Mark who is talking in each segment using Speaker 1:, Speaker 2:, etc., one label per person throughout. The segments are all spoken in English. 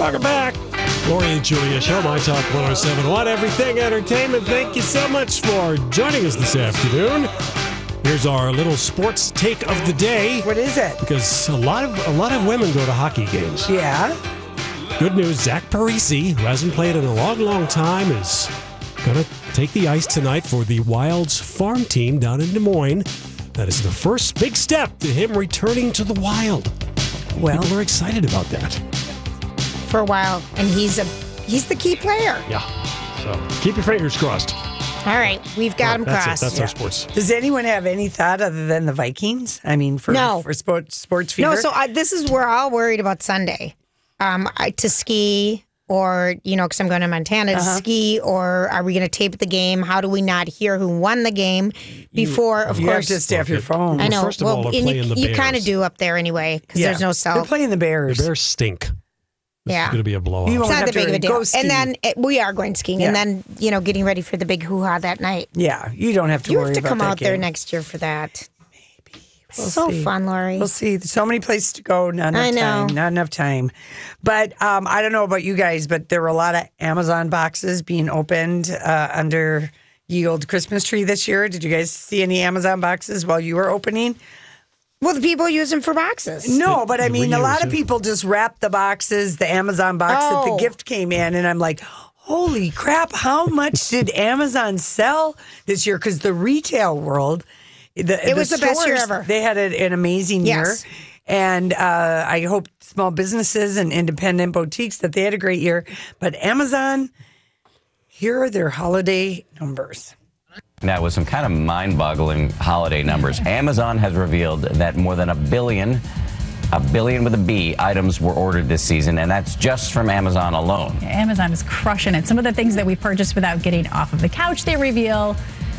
Speaker 1: Welcome back. Lori and Julia Show, My Talk 107. What Everything Entertainment. Thank you so much for joining us this afternoon. Here's our little sports take of the day
Speaker 2: What is it?
Speaker 1: because a lot of a lot of women go to hockey games.
Speaker 2: Yeah.
Speaker 1: Good news, Zach Parisi, who hasn't played in a long, long time, is going to take the ice tonight for the Wild's farm team down in Des Moines. That is the first big step to him returning to the Wild.
Speaker 2: Well,
Speaker 1: People are excited about that.
Speaker 2: for a while, and he's a he's the key player.
Speaker 1: Yeah. So keep your fingers crossed.
Speaker 3: All right, we've got him
Speaker 1: That's it.
Speaker 3: crossed.
Speaker 1: That's our sports.
Speaker 2: Does anyone have any thought other than the Vikings? I mean, for
Speaker 3: No.
Speaker 2: for sports sports fever.
Speaker 3: no, so I, this is we're all worried about Sunday, um, I, to ski or you know because I'm going to Montana to ski or are we going to tape the game? How do we not hear who won the game before? of
Speaker 2: you have
Speaker 3: course,
Speaker 2: to staff your phone.
Speaker 3: I know.
Speaker 1: First of all, they're
Speaker 3: and
Speaker 1: playing
Speaker 3: you,
Speaker 1: the
Speaker 3: you kind of
Speaker 1: Bears.
Speaker 3: do up there anyway because
Speaker 2: Yeah.
Speaker 3: there's no
Speaker 2: They're
Speaker 3: cell.
Speaker 2: playing the Bears.
Speaker 1: The Bears stink. This
Speaker 3: Yeah.
Speaker 1: is going to be a
Speaker 2: You
Speaker 1: blowout.
Speaker 2: won't
Speaker 3: it's not
Speaker 2: have
Speaker 3: that
Speaker 2: to
Speaker 3: big of a
Speaker 2: go
Speaker 3: deal.
Speaker 2: ski.
Speaker 3: And then it, we are going skiing, and
Speaker 2: Yeah.
Speaker 3: then you know getting ready for the big hoo ha that night.
Speaker 2: Yeah, you don't have to
Speaker 3: You
Speaker 2: worry
Speaker 3: have to
Speaker 2: about
Speaker 3: come
Speaker 2: that
Speaker 3: out there
Speaker 2: game.
Speaker 3: next year for that.
Speaker 2: We'll
Speaker 3: so
Speaker 2: see.
Speaker 3: fun, Lori.
Speaker 2: We'll see. There's so many places to go. Not enough
Speaker 3: I know.
Speaker 2: time. Not enough time. But um, I don't know about you guys, but there were a lot of Amazon boxes being opened uh, under ye old Christmas tree this year. Did you guys see any Amazon boxes while you were opening?
Speaker 3: Well, the people use them for boxes.
Speaker 2: No, but I
Speaker 1: the
Speaker 2: mean, a
Speaker 1: reuse
Speaker 2: lot of
Speaker 1: of-
Speaker 2: people just wrapped the boxes, the Amazon box that the
Speaker 3: Oh.
Speaker 2: gift came in, and I'm like, holy crap, how much did Amazon sell this year? Because the retail world, the,
Speaker 3: It was the best year
Speaker 2: stores,
Speaker 3: ever.
Speaker 2: They had a, an amazing
Speaker 3: Yes.
Speaker 2: year. And uh, I hope small businesses and independent boutiques that they had a great year. But Amazon, here are their holiday numbers.
Speaker 4: Now, with some kind of mind boggling holiday numbers, Amazon has revealed that more than a billion, a billion with a B, items were ordered this season, and that's just from Amazon alone.
Speaker 5: Amazon is crushing it. Some of the things that we purchased without getting off of the couch, they reveal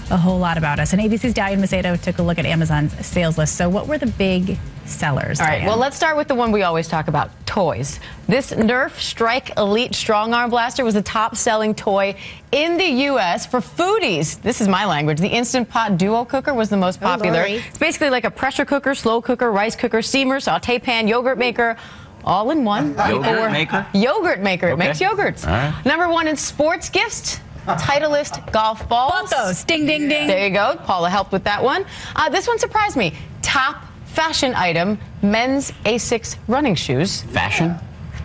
Speaker 5: a whole lot about us. And ABC's Diane Macedo took a look at Amazon's sales list. So, what were the big sellers?
Speaker 6: All right,
Speaker 5: Diane?
Speaker 6: well, let's start with the one we always talk about toys. This Nerf Strike Elite Strong Arm Blaster was the top selling toy in the U.S. for foodies. This is my language. The Instant Pot Duo Cooker was the most popular.
Speaker 3: Lori.
Speaker 6: it's basically like a pressure cooker, slow cooker, rice cooker, steamer, saute pan, yogurt maker. All in one.
Speaker 4: Yogurt
Speaker 6: People were-
Speaker 4: maker?
Speaker 6: Yogurt maker. It
Speaker 4: Okay.
Speaker 6: makes yogurts.
Speaker 4: All right.
Speaker 6: Number one in sports gifts, Titleist golf balls.
Speaker 5: Bought those. Ding, ding, ding.
Speaker 6: There you go. Paula helped with that one. Uh, this one surprised me. Top fashion item men's Asics running shoes.
Speaker 4: Fashion?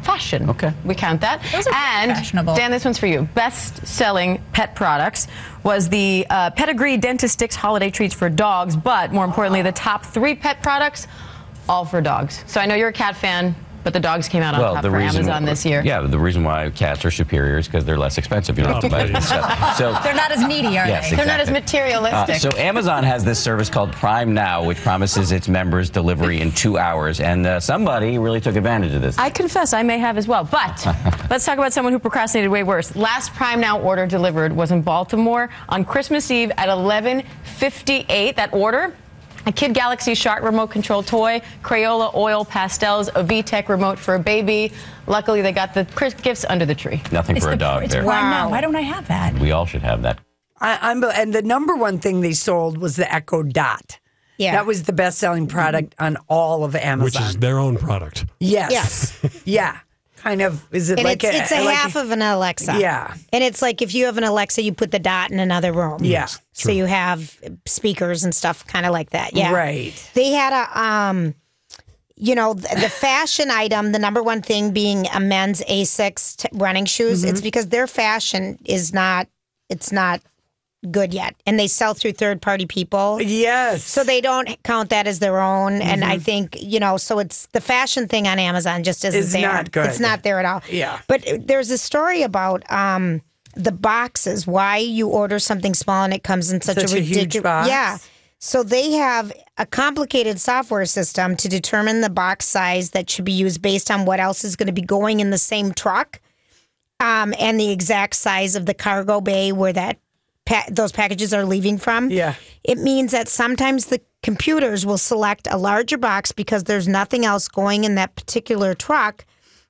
Speaker 6: Fashion.
Speaker 4: Okay.
Speaker 6: We count that.
Speaker 5: Those are
Speaker 6: and
Speaker 5: fashionable.
Speaker 6: Dan, this one's for you. Best selling pet products was the uh, Pedigree Dentist Sticks holiday treats for dogs, but more importantly, the top three pet products, all for dogs. So I know you're a cat fan, but the dogs came out on top for Amazon this year.
Speaker 4: Yeah, the reason why cats are superior is because they're less expensive. You don't have to buy these. So,
Speaker 5: They're not as needy, are
Speaker 4: Yes,
Speaker 5: they?
Speaker 4: exactly.
Speaker 6: They're not as materialistic.
Speaker 4: Uh, so Amazon has this service called Prime Now, which promises its members delivery in two hours, and uh, somebody really took advantage of this.
Speaker 6: I confess I may have as well, but let's talk about someone who procrastinated way worse. Last Prime Now order delivered was in Baltimore on Christmas Eve at 11:58. That order. A Kid Galaxy Shark remote control toy, Crayola oil pastels, a VTech remote for a baby. Luckily, they got the Chris- gifts under the tree.
Speaker 4: Nothing
Speaker 5: It's
Speaker 4: for a
Speaker 5: the-
Speaker 4: dog
Speaker 5: it's
Speaker 4: there.
Speaker 5: Why
Speaker 3: Wow.
Speaker 5: not? Why don't I have that?
Speaker 4: We all should have that.
Speaker 2: I, I'm and the number one thing they sold was the Echo Dot.
Speaker 3: Yeah.
Speaker 2: That was the best selling product on all of Amazon.
Speaker 1: Mm-hmm. Which is their own product.
Speaker 2: yes. yeah. Kind of is it
Speaker 3: And
Speaker 2: like
Speaker 3: it's, it's a
Speaker 2: like
Speaker 3: half of an Alexa.
Speaker 2: Yeah.
Speaker 3: And it's like if you have an Alexa, you put the dot in another room.
Speaker 2: Yeah, Yes,
Speaker 3: So you have speakers and stuff kind of like that. Yeah.
Speaker 2: Right.
Speaker 3: They had a um you know, the, the fashion item, the number one thing being a men's Asics t- running shoes,
Speaker 2: Mm-hmm.
Speaker 3: it's because their fashion is not, it's not good yet, and they sell through third party people.
Speaker 2: Yes.
Speaker 3: So they don't count that as their own, and
Speaker 2: Mm-hmm.
Speaker 3: I think you know. So it's the fashion thing on Amazon just isn't
Speaker 2: It's
Speaker 3: there.
Speaker 2: not good.
Speaker 3: It's not there at all.
Speaker 2: Yeah.
Speaker 3: But there's a story about um, the boxes. Why you order something small and it comes in such,
Speaker 2: Such a huge
Speaker 3: ridiculous
Speaker 2: box.
Speaker 3: Yeah. So they have a complicated software system to determine the box size that should be used based on what else is going to be going in the same truck, um, and the exact size of the cargo bay where that pa- those packages are leaving from.
Speaker 2: Yeah.
Speaker 3: It means that sometimes the computers will select a larger box because there's nothing else going in that particular truck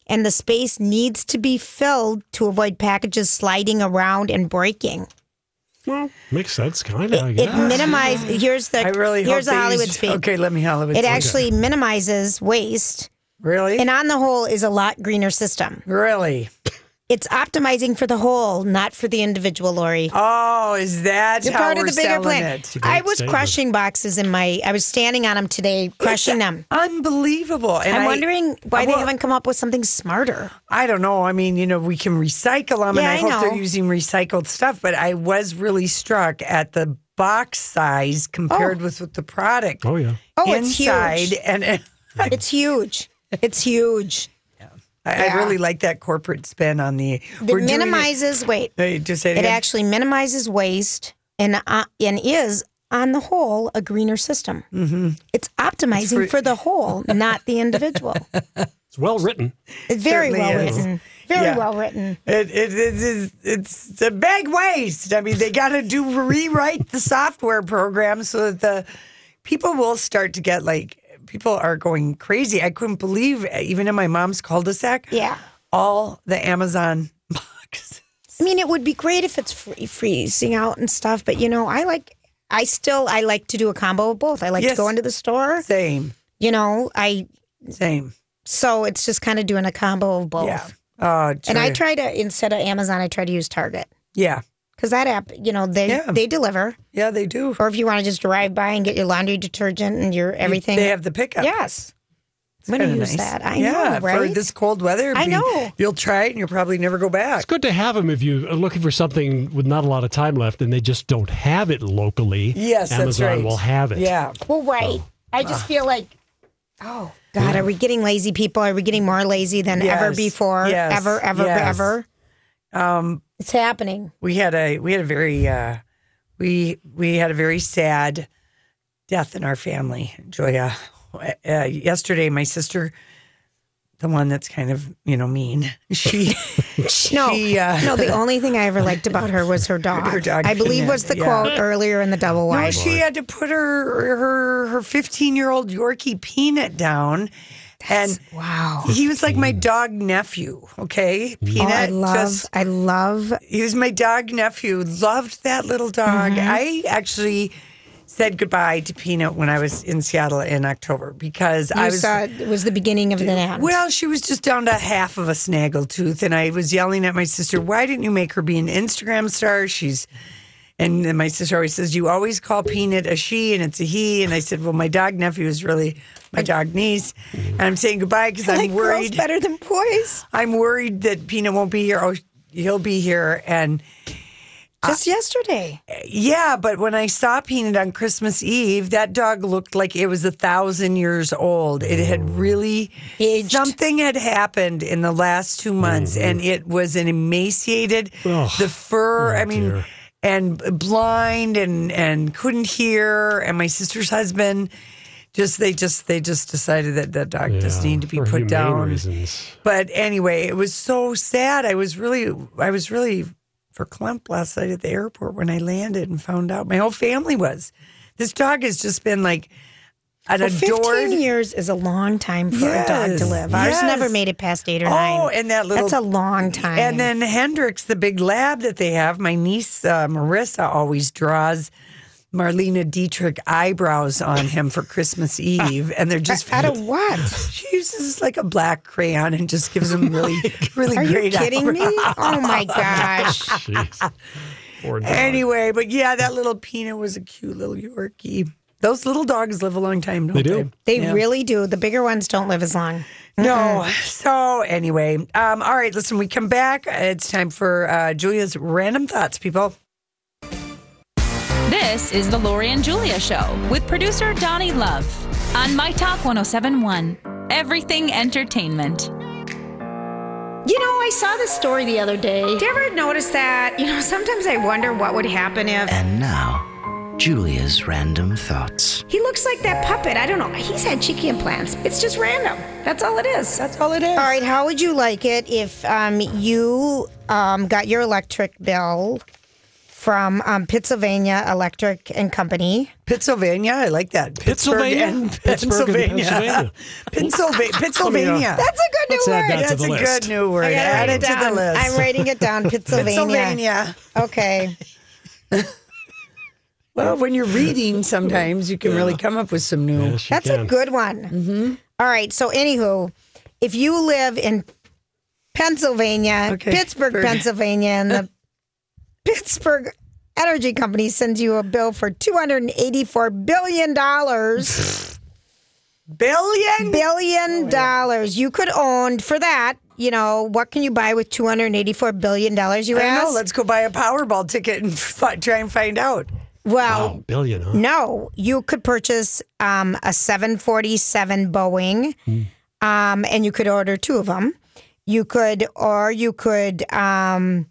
Speaker 3: and the space needs to be filled to avoid packages sliding around and breaking.
Speaker 1: Well, makes sense, kind of. I guess.
Speaker 3: It minimizes here's the
Speaker 2: I really hope
Speaker 3: here's the
Speaker 2: they
Speaker 3: Hollywood
Speaker 2: used-
Speaker 3: speak.
Speaker 2: Okay, let me Hollywood
Speaker 3: It
Speaker 2: speak.
Speaker 3: actually minimizes waste
Speaker 2: Really?
Speaker 3: and on the whole is a lot greener system.
Speaker 2: really?
Speaker 3: It's optimizing for the whole, not for the individual, Lori.
Speaker 2: Oh, is that
Speaker 3: You're
Speaker 2: how
Speaker 3: part of
Speaker 2: we're
Speaker 3: the bigger
Speaker 2: selling
Speaker 3: plan.
Speaker 2: it?
Speaker 1: great
Speaker 3: I was
Speaker 1: statement.
Speaker 3: crushing boxes in my I was standing on them today, crushing them.
Speaker 2: Unbelievable. And
Speaker 3: I'm
Speaker 2: I-
Speaker 3: wondering why
Speaker 2: Well,
Speaker 3: they haven't come up with something smarter.
Speaker 2: I don't know. I mean, you know, we can recycle them, and
Speaker 3: Yeah,
Speaker 2: I,
Speaker 3: I
Speaker 2: hope
Speaker 3: know.
Speaker 2: they're using recycled stuff. But I was really struck at the box size compared with, with the product
Speaker 1: oh yeah.
Speaker 3: Oh,
Speaker 2: inside,
Speaker 3: it's huge.
Speaker 2: and it,
Speaker 3: It's huge. It's huge.
Speaker 2: I, I
Speaker 3: Yeah.
Speaker 2: really like that corporate spin on the.
Speaker 3: It
Speaker 2: doing
Speaker 3: minimizes wait.
Speaker 2: It, Hey, just say it,
Speaker 3: It
Speaker 2: again.
Speaker 3: actually minimizes waste and uh, and is on the whole a greener system. Mm-hmm. It's optimizing for the whole, not the individual.
Speaker 1: It's well written.
Speaker 3: It's very
Speaker 2: Certainly
Speaker 3: well
Speaker 2: is.
Speaker 3: written. Very
Speaker 2: Yeah.
Speaker 3: well written.
Speaker 2: It, it, it is it's a big waste. I mean, they got to do rewrite the software program so that the people will start to get like people are going crazy. I couldn't believe even in my mom's cul-de-sac.
Speaker 3: Yeah.
Speaker 2: all the Amazon boxes.
Speaker 3: I mean, it would be great if it's free, freezing out and stuff, but you know, I like. I still I like to do a combo of both. I like
Speaker 2: Yes.
Speaker 3: to go into the store.
Speaker 2: Same,
Speaker 3: You know, I
Speaker 2: same.
Speaker 3: so it's just kind of doing a combo of both.
Speaker 2: Yeah. Oh,
Speaker 3: And I
Speaker 2: Julia.
Speaker 3: try to instead of Amazon, I try to use Target
Speaker 2: Yeah,
Speaker 3: because that app, you know, they
Speaker 2: Yeah.
Speaker 3: they deliver.
Speaker 2: yeah, they do.
Speaker 3: Or if you want to just drive by and get your laundry detergent and your everything,
Speaker 2: They have the pickup.
Speaker 3: yes. I'm gonna
Speaker 2: Kinda
Speaker 3: use that. I
Speaker 2: yeah,
Speaker 3: know, right?
Speaker 2: for this cold weather.
Speaker 3: I
Speaker 2: be-
Speaker 3: know.
Speaker 2: You'll try it and you'll probably never go back.
Speaker 1: It's good to have them if you are looking for something with not a lot of time left and they just don't have it locally.
Speaker 2: Yes,
Speaker 1: Amazon
Speaker 2: that's right.
Speaker 1: will have it.
Speaker 2: Yeah.
Speaker 3: well, right. I just feel like, oh God, are we getting lazy people? Are we getting more lazy than ever
Speaker 2: Yes.
Speaker 3: before?
Speaker 2: Yes.
Speaker 3: Ever, ever,
Speaker 2: Yes. Um,
Speaker 3: ever. Um, it's happening.
Speaker 2: we had a we had a very uh, we we had a very sad death in our family, Julia. Uh, yesterday, my sister, the one that's kind of you know mean, she
Speaker 3: No,
Speaker 2: she uh,
Speaker 3: no. The only thing I ever liked about her was her dog.
Speaker 2: Her dog,
Speaker 3: I believe was the
Speaker 2: yeah.
Speaker 3: quote earlier in the double wide.
Speaker 2: No, she had to put her her her 15 year old Yorkie Peanut down, and
Speaker 3: wow.
Speaker 2: he was like my dog nephew. Okay,
Speaker 3: Oh,
Speaker 2: Peanut.
Speaker 3: I love,
Speaker 2: just-
Speaker 3: I love.
Speaker 2: he was my dog nephew. Loved that little dog.
Speaker 3: Mm-hmm.
Speaker 2: I actually said goodbye to Peanut when I was in Seattle in October because
Speaker 3: You
Speaker 2: I was.
Speaker 3: saw it was the beginning of the end.
Speaker 2: Well, she was just down to half of a snaggletooth, and I was yelling at my sister, "Why didn't you make her be an Instagram star? She's." And then my sister always says, "You always call Peanut a she, and it's a he." And I said, "Well, my dog nephew is really my dog niece, and I'm saying goodbye because I'm
Speaker 3: Mm-hmm. like girls
Speaker 2: worried.
Speaker 3: better than boys.
Speaker 2: I'm worried that Peanut won't be here. Oh, he'll be here, and."
Speaker 3: Just yesterday.
Speaker 2: Yeah, but when I saw Peanut on Christmas Eve, that dog looked like it was a thousand years old. It
Speaker 1: Mm.
Speaker 2: had really
Speaker 3: Aged.
Speaker 2: something had happened in the last two months, and it was an emaciated.
Speaker 1: Mm-hmm. Ugh.
Speaker 2: The fur,
Speaker 1: Oh,
Speaker 2: I mean,
Speaker 1: dear.
Speaker 2: and blind, and and couldn't hear. And my sister's husband, just they just they just decided that that dog just
Speaker 1: Yeah,
Speaker 2: needed to be
Speaker 1: for
Speaker 2: put
Speaker 1: humane
Speaker 2: down.
Speaker 1: Reasons.
Speaker 2: But anyway, it was so sad. I was really, I was really verklempt last night at the airport when I landed and found out my whole family was. This dog has just been like an
Speaker 3: Well,
Speaker 2: adored.
Speaker 3: Fifteen years is a long time for a dog to
Speaker 2: Yes,
Speaker 3: live. Ours
Speaker 2: yes.
Speaker 3: never made it past eight or
Speaker 2: Oh,
Speaker 3: nine.
Speaker 2: and that little-
Speaker 3: That's a long time.
Speaker 2: And then Hendrix, the big lab that they have, my niece uh, Marissa always draws Marlena Dietrich eyebrows on him for Christmas Eve, and they're just
Speaker 3: out of what?
Speaker 2: she uses like a black crayon and just gives him really, really
Speaker 3: Are you
Speaker 2: great.
Speaker 3: kidding me?
Speaker 2: eyebrows.
Speaker 3: Oh my gosh.
Speaker 1: Jeez. Poor dog.
Speaker 2: Anyway, but yeah, that little peanut was a cute little Yorkie. Those little dogs live a long time, don't
Speaker 1: They
Speaker 2: they?
Speaker 1: do. Mm-hmm.
Speaker 3: They
Speaker 2: Yeah.
Speaker 3: really do. The bigger ones don't live as long.
Speaker 2: No. So anyway, um, all right. Listen, we come back. It's time for uh, Julia's random thoughts, people.
Speaker 7: This is the Lori and Julia Show with producer Donnie Love on My Talk 1071. Everything Entertainment.
Speaker 8: You know, I saw this story the other day.
Speaker 3: Do you ever notice that? You know, sometimes I wonder what would happen if
Speaker 9: And now, Julia's random thoughts.
Speaker 8: He looks like that puppet. I don't know. He's had cheeky implants. It's just random. That's all it is.
Speaker 2: That's all it is.
Speaker 3: All right, how would you like it if um, you um, got your electric bill from um, Pennsylvania Electric and Company?
Speaker 2: Pennsylvania. I like that.
Speaker 1: Pennsylvania? Pittsburgh and
Speaker 2: Pennsylvania. Pennsylvania. Pennsylvania.
Speaker 3: That's a good new
Speaker 1: Let's add
Speaker 3: word.
Speaker 1: that to
Speaker 2: That's
Speaker 1: the
Speaker 2: a
Speaker 1: list.
Speaker 2: good new word.
Speaker 3: I gotta
Speaker 2: Add
Speaker 3: write
Speaker 2: it to the
Speaker 3: down.
Speaker 2: list.
Speaker 3: I'm writing it down. Pennsylvania.
Speaker 2: Pennsylvania.
Speaker 3: Okay.
Speaker 2: Well, when you're reading, sometimes you can really come up with some new.
Speaker 1: Yes, you
Speaker 3: That's
Speaker 1: can.
Speaker 3: a good one.
Speaker 2: Mm-hmm.
Speaker 3: All right. So, anywho, if you live in Pennsylvania,
Speaker 2: Okay.
Speaker 3: Pittsburgh,
Speaker 2: Berg.
Speaker 3: Pennsylvania, and the Pittsburgh Energy Company sends you a bill for $284 billion.
Speaker 2: Billion. Oh,
Speaker 3: billion dollars you could own for that. You know what can you buy with two hundred eighty-four billion dollars? You
Speaker 2: I
Speaker 3: ask.
Speaker 2: know. Let's go buy a Powerball ticket and f- try and find out.
Speaker 3: well,
Speaker 1: Wow, Oh, billion, huh?
Speaker 3: no, you could purchase um, a seven forty-seven Boeing, um, and you could order two of them. You could, or you could um,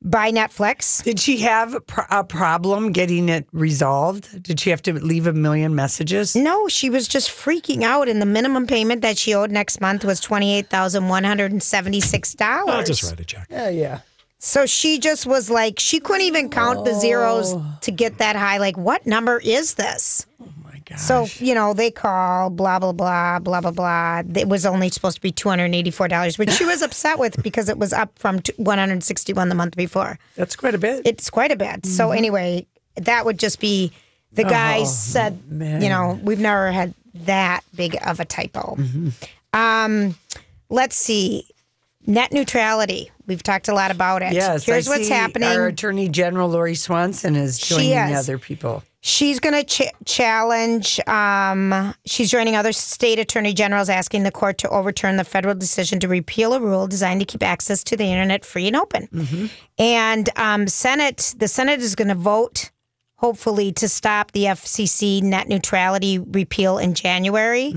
Speaker 3: buy Netflix.
Speaker 2: Did she have a pro- a problem getting it resolved? Did she have to leave a million messages?
Speaker 3: No, she was just freaking out, and the minimum payment that she owed next month was twenty-eight thousand one hundred and seventy-six dollars.
Speaker 1: I'll just write a check.
Speaker 2: Yeah, yeah.
Speaker 3: So she just was like, she couldn't even count the zeros to get that high. Like, what number is this?
Speaker 2: My God.
Speaker 3: So, you know, they call, blah, blah, blah, blah, blah, blah. It was only supposed to be $284, which she was upset with because it was up from t- 161 the month before.
Speaker 2: That's quite a bit.
Speaker 3: It's quite a bit. So,
Speaker 2: Mm-hmm.
Speaker 3: anyway, that would just be the
Speaker 2: Oh,
Speaker 3: guy said, you know, we've never had that big of a typo.
Speaker 2: Mm-hmm.
Speaker 3: Um, let's see. Net neutrality. We've talked a lot about it.
Speaker 2: yes. I
Speaker 3: Here's what's
Speaker 2: see
Speaker 3: happening.
Speaker 2: Our Attorney General Lori Swanson is
Speaker 3: She
Speaker 2: joining
Speaker 3: is.
Speaker 2: other people.
Speaker 3: She's going to ch- challenge. Um, she's joining other state attorney generals asking the court to overturn the federal decision to repeal a rule designed to keep access to the internet free and open. And um, Senate, the Senate is going to vote, hopefully, to stop the FCC net neutrality repeal in January.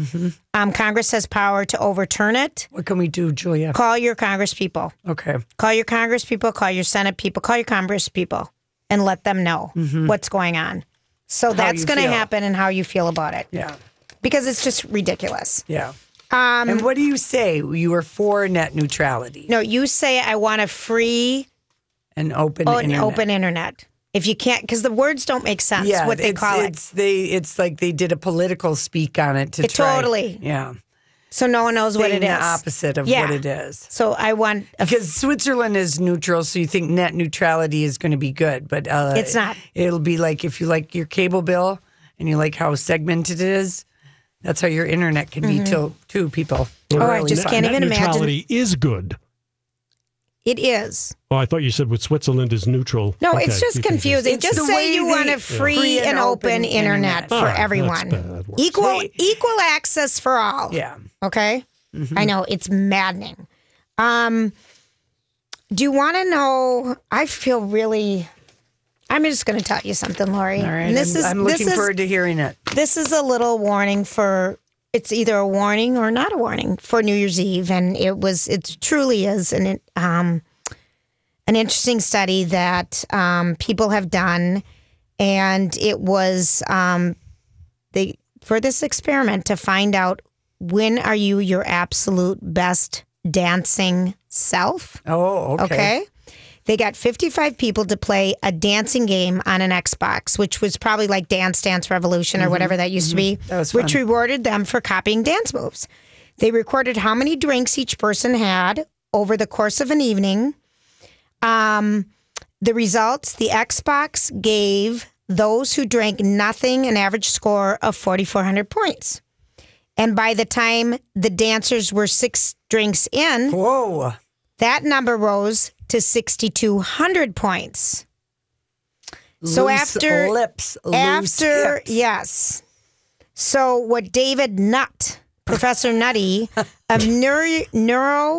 Speaker 3: Um, Congress has power to overturn it.
Speaker 2: What can we do, Julia?
Speaker 3: Call your Congress people.
Speaker 2: Okay.
Speaker 3: Call your Congress people, call your Senate people, call your Congress people, and let them know what's going on. So
Speaker 2: Mm-hmm.
Speaker 3: that's
Speaker 2: you
Speaker 3: going to
Speaker 2: feel.
Speaker 3: happen and how you feel about it
Speaker 2: Yeah.
Speaker 3: because it's just ridiculous.
Speaker 2: Yeah. Um, and what do you say? You were for net neutrality
Speaker 3: No, you say, I want a free
Speaker 2: and open
Speaker 3: oh, and
Speaker 2: internet.
Speaker 3: open internet. If you can't, because the words don't make sense,
Speaker 2: Yeah,
Speaker 3: what they
Speaker 2: it's,
Speaker 3: call it.
Speaker 2: it's they. It's like they did a political speak on it to
Speaker 3: It
Speaker 2: try.
Speaker 3: totally
Speaker 2: Yeah,
Speaker 3: So no one knows what
Speaker 2: Saying
Speaker 3: it is.
Speaker 2: The opposite of
Speaker 3: Yeah.
Speaker 2: what it is.
Speaker 3: So I want, a,
Speaker 2: Because Switzerland is neutral, so you think net neutrality is going to be good, but uh,
Speaker 3: It's not.
Speaker 2: It'll be like if you like your cable bill and you like how segmented it is. That's how your internet can be till two people.
Speaker 3: Mm-hmm. Oh, I
Speaker 2: Really
Speaker 3: just
Speaker 2: fun.
Speaker 3: can't
Speaker 1: Net
Speaker 3: even imagine.
Speaker 1: neutrality is good.
Speaker 3: it is.
Speaker 1: Oh, I thought you said with Switzerland is neutral.
Speaker 3: No,
Speaker 1: Okay,
Speaker 3: it's
Speaker 1: you
Speaker 3: just
Speaker 1: can
Speaker 3: confusing.
Speaker 2: It's
Speaker 3: Just
Speaker 2: the way
Speaker 3: say you
Speaker 2: they-
Speaker 3: want
Speaker 2: Yeah.
Speaker 3: a free,
Speaker 2: Free
Speaker 3: and, open internet,
Speaker 1: Oh,
Speaker 2: Ah,
Speaker 3: for
Speaker 1: that's
Speaker 3: everyone.
Speaker 1: bad words.
Speaker 3: Equal
Speaker 2: Wait.
Speaker 3: equal access for all.
Speaker 2: Yeah.
Speaker 3: Okay.
Speaker 2: Mm-hmm.
Speaker 3: I know it's maddening. Um, do you want to know? I feel really. I'm just going to tell you something, Lori.
Speaker 2: All right.
Speaker 3: And this
Speaker 2: I'm,
Speaker 3: is
Speaker 2: I'm
Speaker 3: this
Speaker 2: looking
Speaker 3: is
Speaker 2: forward to hearing it.
Speaker 3: this is a little warning for. It's either a warning or not a warning for New Year's Eve, and it was. It truly is an um, an interesting study that um, people have done, and it was um, they for this experiment to find out when are you your absolute best dancing self.
Speaker 2: Oh, okay.
Speaker 3: Okay. They got 55 people to play a dancing game on an Xbox, which was probably like Dance Dance Revolution or whatever that used to be,
Speaker 2: Mm-hmm. That was
Speaker 3: which
Speaker 2: fun.
Speaker 3: rewarded them for copying dance moves. They recorded how many drinks each person had over the course of an evening. Um, the results the Xbox gave those who drank nothing an average score of 4,400 points. And by the time the dancers were six drinks in,
Speaker 2: Whoa.
Speaker 3: that number rose to 6,200 points. So
Speaker 2: Loose
Speaker 3: after
Speaker 2: lips, loose
Speaker 3: after
Speaker 2: hips.
Speaker 3: yes. So what David Nutt, Professor Nutty of neuro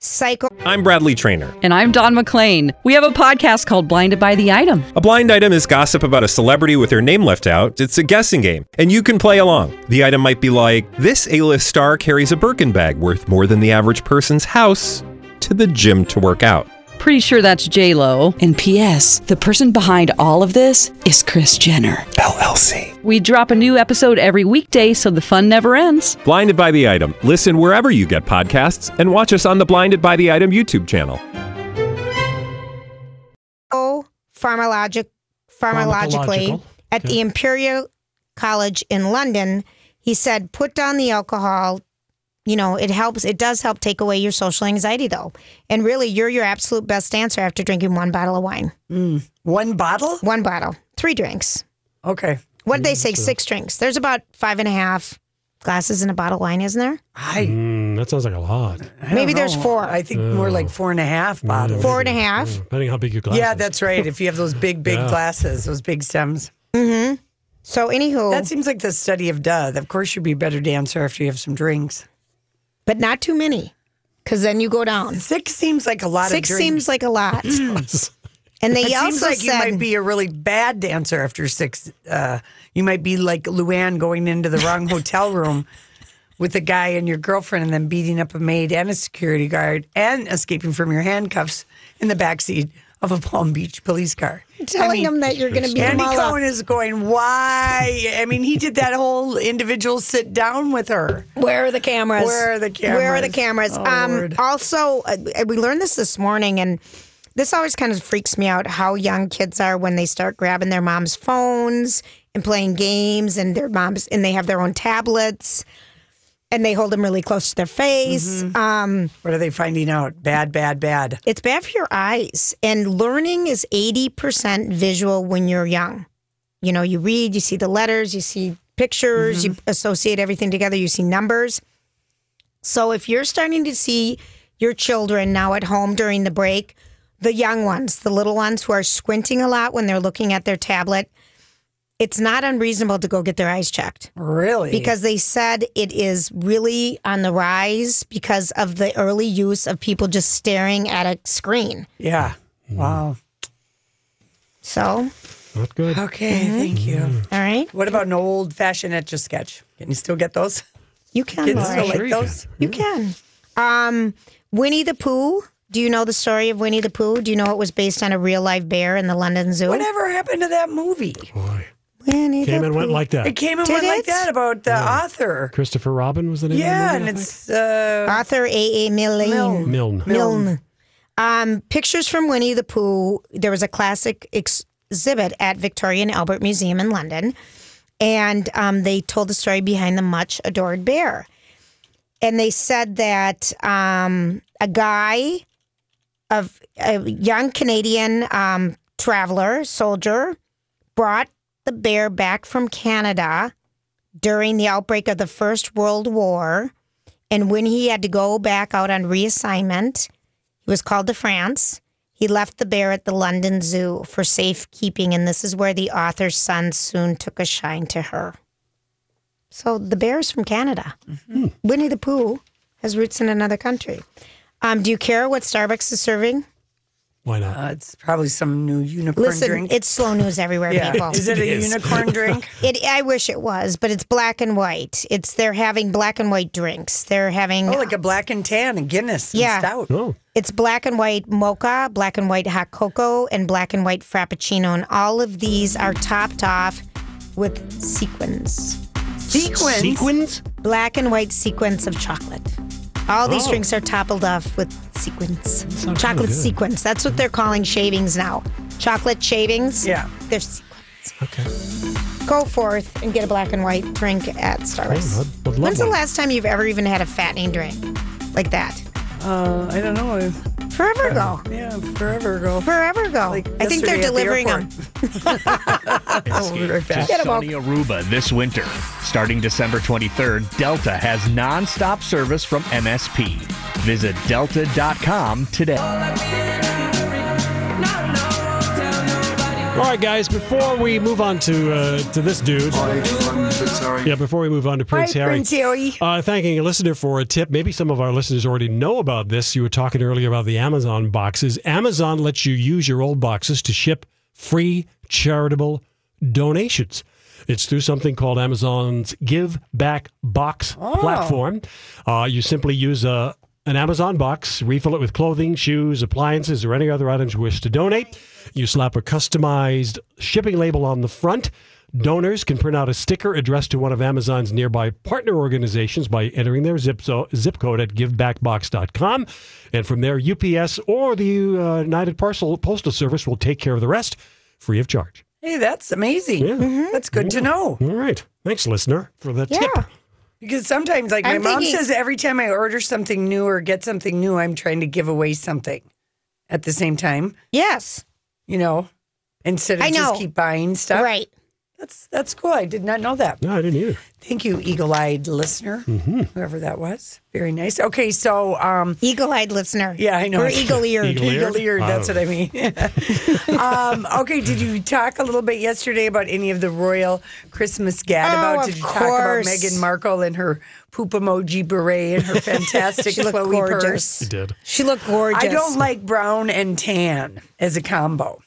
Speaker 3: neuropsycho
Speaker 10: I'm Bradley Trainer.
Speaker 11: And I'm Don McClain. We have a podcast called Blinded by the Item.
Speaker 10: A blind item is gossip about a celebrity with their name left out. It's a guessing game, and you can play along. The item might be like this: A-list star carries a Birkin bag worth more than the average person's house to the gym to work out.
Speaker 11: Pretty sure that's J Lo. And P.S. The person behind all of this is Chris Jenner LLC. We drop a new episode every weekday, so the fun never ends.
Speaker 10: Blinded by the item. Listen wherever you get podcasts, and watch us on the Blinded by the Item YouTube channel.
Speaker 3: pharmacologic pharmacologically
Speaker 10: Pharmacological,
Speaker 3: at the Imperial College in London. He said, put down the alcohol. You know, it helps. It does help take away your social anxiety, though. And really, you're your absolute best dancer after drinking one bottle of wine.
Speaker 2: One bottle?
Speaker 3: One bottle. Three drinks.
Speaker 2: Okay.
Speaker 3: What did they say? Six drinks. There's about five and a half glasses in a bottle of wine, isn't there?
Speaker 1: Mm, that sounds like a lot.
Speaker 2: I don't
Speaker 3: Maybe there's
Speaker 2: know.
Speaker 3: four.
Speaker 2: I think more like four and a half bottles.
Speaker 3: Four and a half.
Speaker 1: Depending how big your glass
Speaker 2: Yeah,
Speaker 1: is.
Speaker 2: that's right. If you have those big, big
Speaker 1: Yeah.
Speaker 2: glasses, those big stems.
Speaker 3: Mm-hmm. So, anywho,
Speaker 2: That seems like the study of death. Of course, you'd be a better dancer after you have some drinks.
Speaker 3: but not too many, because then you go down.
Speaker 2: Six seems like a lot. of
Speaker 3: Six
Speaker 2: drinks.
Speaker 3: seems like a lot. and they
Speaker 2: it
Speaker 3: also
Speaker 2: seems like
Speaker 3: said,
Speaker 2: you might be a really bad dancer after six. Uh, you might be like Luann going into the wrong hotel room with a guy and your girlfriend, and then beating up a maid and a security guard, and escaping from your handcuffs in the backseat of a Palm Beach police car.
Speaker 3: telling
Speaker 2: I mean,
Speaker 3: them that you're going to be
Speaker 2: Andy
Speaker 3: them all up.
Speaker 2: Cohen is going. Why? I mean, he did that whole individual sit down with her.
Speaker 3: Where are the cameras?
Speaker 2: Where are the cameras?
Speaker 3: Where are the cameras?
Speaker 2: Oh,
Speaker 3: um,
Speaker 2: Lord.
Speaker 3: also, uh, we learned this this morning, and this always kind of freaks me out how young kids are when they start grabbing their mom's phones and playing games, and their moms and they have their own tablets, and they hold them really close to their face. Um,
Speaker 2: What are they finding out? Bad, bad, bad.
Speaker 3: it's bad for your eyes, and learning is eighty percent visual when you're young. You know, you read, you see the letters, you see pictures, you associate everything together, you see numbers. So if you're starting to see your children now at home during the break, the young ones, the little ones who are squinting a lot when they're looking at their tablet, it's not unreasonable to go get their eyes checked
Speaker 2: Really?
Speaker 3: because they said it is really on the rise because of the early use of people just staring at a screen.
Speaker 2: yeah. Wow.
Speaker 3: So, all
Speaker 1: Not good.
Speaker 2: Okay.
Speaker 3: Mm-hmm.
Speaker 2: Thank you.
Speaker 3: right,
Speaker 2: What about an old fashioned etch a sketch? Can you still get those?
Speaker 3: you can.
Speaker 2: Kids
Speaker 3: Laura.
Speaker 2: still
Speaker 1: Sure
Speaker 2: like
Speaker 1: you can.
Speaker 2: those?
Speaker 3: You can. Um, Winnie the Pooh. Do you know the story of Winnie the Pooh? Do you know it was based on a real live bear in the London Zoo?
Speaker 2: Whatever happened to that movie?
Speaker 1: Boy.
Speaker 3: Winnie
Speaker 1: Came
Speaker 3: the
Speaker 1: and went
Speaker 3: Pooh.
Speaker 1: like that.
Speaker 2: It came and
Speaker 3: Did
Speaker 2: went like
Speaker 3: it?
Speaker 2: that about the author.
Speaker 1: Christopher Robin was the name of
Speaker 2: Yeah,
Speaker 1: the
Speaker 2: and
Speaker 1: movie, I
Speaker 3: Uh-huh.
Speaker 2: it's uh,
Speaker 3: Author A. A. Milne.
Speaker 2: Milne.
Speaker 1: think? Milne.
Speaker 3: Milne. Um, pictures from Winnie the Pooh. There was a classic ex- exhibit at Victoria and Albert Museum in London, and um, they told the story behind the much adored bear. And they said that um, a guy, of a young Canadian um, traveler soldier, brought the bear back from Canada during the outbreak of the First World War. And when he had to go back out on reassignment, he was called to France. He left the bear at the London Zoo for safekeeping, and this is where the author's son soon took a shine to her. So the bear's from Canada. Winnie the Pooh has roots in another country. Um, do you care what Starbucks is serving?
Speaker 1: Why not?
Speaker 2: uh, it's probably some new unicorn
Speaker 3: Listen,
Speaker 2: drink.
Speaker 3: it's slow news everywhere,
Speaker 2: yeah.
Speaker 3: people.
Speaker 2: Is it a
Speaker 1: It is.
Speaker 2: unicorn drink?
Speaker 3: It, I wish it was, but it's black and white. It's they're having black and white drinks. They're having
Speaker 2: Oh, like a black and tan and Guinness and
Speaker 3: Yeah.
Speaker 2: stout.
Speaker 1: Oh,
Speaker 3: It's black and white mocha, black and white hot cocoa, and black and white frappuccino. And all of these are topped off with sequins.
Speaker 2: Sequins.
Speaker 10: Sequins?
Speaker 3: Black and white sequins of chocolate. All these
Speaker 1: Oh.
Speaker 3: drinks are toppled off with sequins.
Speaker 1: sounds
Speaker 3: Chocolate
Speaker 1: really good.
Speaker 3: sequins. That's what they're calling shavings now. Chocolate shavings.
Speaker 2: Yeah.
Speaker 3: They're sequins.
Speaker 1: okay.
Speaker 3: Go forth and get a black and white drink at Starbucks.
Speaker 1: Oh, I'd- I'd love
Speaker 3: When's the
Speaker 1: one.
Speaker 3: last time you've ever even had a fattening drink like that?
Speaker 2: Uh, I don't know.
Speaker 3: Forever ago.
Speaker 2: Yeah, forever ago.
Speaker 3: Forever ago.
Speaker 2: Like
Speaker 3: I think they're
Speaker 2: yesterday at the
Speaker 3: delivering them.
Speaker 2: airport. I'll be right back.
Speaker 3: Get 'em all.
Speaker 12: sunny Aruba this winter. Starting December 23rd, Delta has nonstop service from MSP. Visit delta.com today.
Speaker 8: No, no, tell nobody.
Speaker 1: All right, guys. Before we move on to uh, to this dude, yeah. Before we move on to Prince
Speaker 2: Hi,
Speaker 1: Harry,
Speaker 2: Prince Harry.
Speaker 1: Uh, thanking a listener for a tip. Maybe some of our listeners already know about this. You were talking earlier about the Amazon boxes. Amazon lets you use your old boxes to ship free charitable donations. It's through something called Amazon's Give Back Box
Speaker 13: Oh.
Speaker 1: platform. Uh, you simply use a an Amazon box, refill it with clothing, shoes, appliances, or any other items you wish to donate. You slap a customized shipping label on the front. Donors can print out a sticker addressed to one of Amazon's nearby partner organizations by entering their zip, so, zip code at givebackbox.com. And from there, UPS or the uh, United Parcel Postal Service will take care of the rest free of charge.
Speaker 2: Hey, that's amazing.
Speaker 3: Mm-hmm.
Speaker 2: That's good to know.
Speaker 1: All right. Thanks, listener, for the tip.
Speaker 2: Because sometimes, like my
Speaker 1: I'm
Speaker 2: mom
Speaker 1: thinking-
Speaker 2: says, every time I order something new or get something new, I'm trying to give away something at the same time.
Speaker 3: Yes.
Speaker 2: You know, instead of
Speaker 3: I know.
Speaker 2: just keep buying stuff.
Speaker 3: Right.
Speaker 2: That's that's cool. I did not know that.
Speaker 1: No, I didn't either.
Speaker 2: Thank you, eagle-eyed listener, whoever that was. Very nice. Okay, so um,
Speaker 3: eagle-eyed listener.
Speaker 2: Yeah, I know.
Speaker 3: Or eagle-eared.
Speaker 2: Eagle-eared.
Speaker 3: Eagle-eared?
Speaker 2: that's
Speaker 3: Wow.
Speaker 2: what I mean. um, okay, did you talk a little bit yesterday about any of the royal Christmas gadabout?
Speaker 3: Oh, of
Speaker 2: did you talk about
Speaker 3: course.
Speaker 2: Meghan Markle and her poop emoji beret and her fantastic
Speaker 3: She looked
Speaker 2: Chloe
Speaker 3: gorgeous.
Speaker 2: purse?
Speaker 3: She
Speaker 1: did.
Speaker 3: She looked gorgeous.
Speaker 2: I don't like brown and tan as a combo.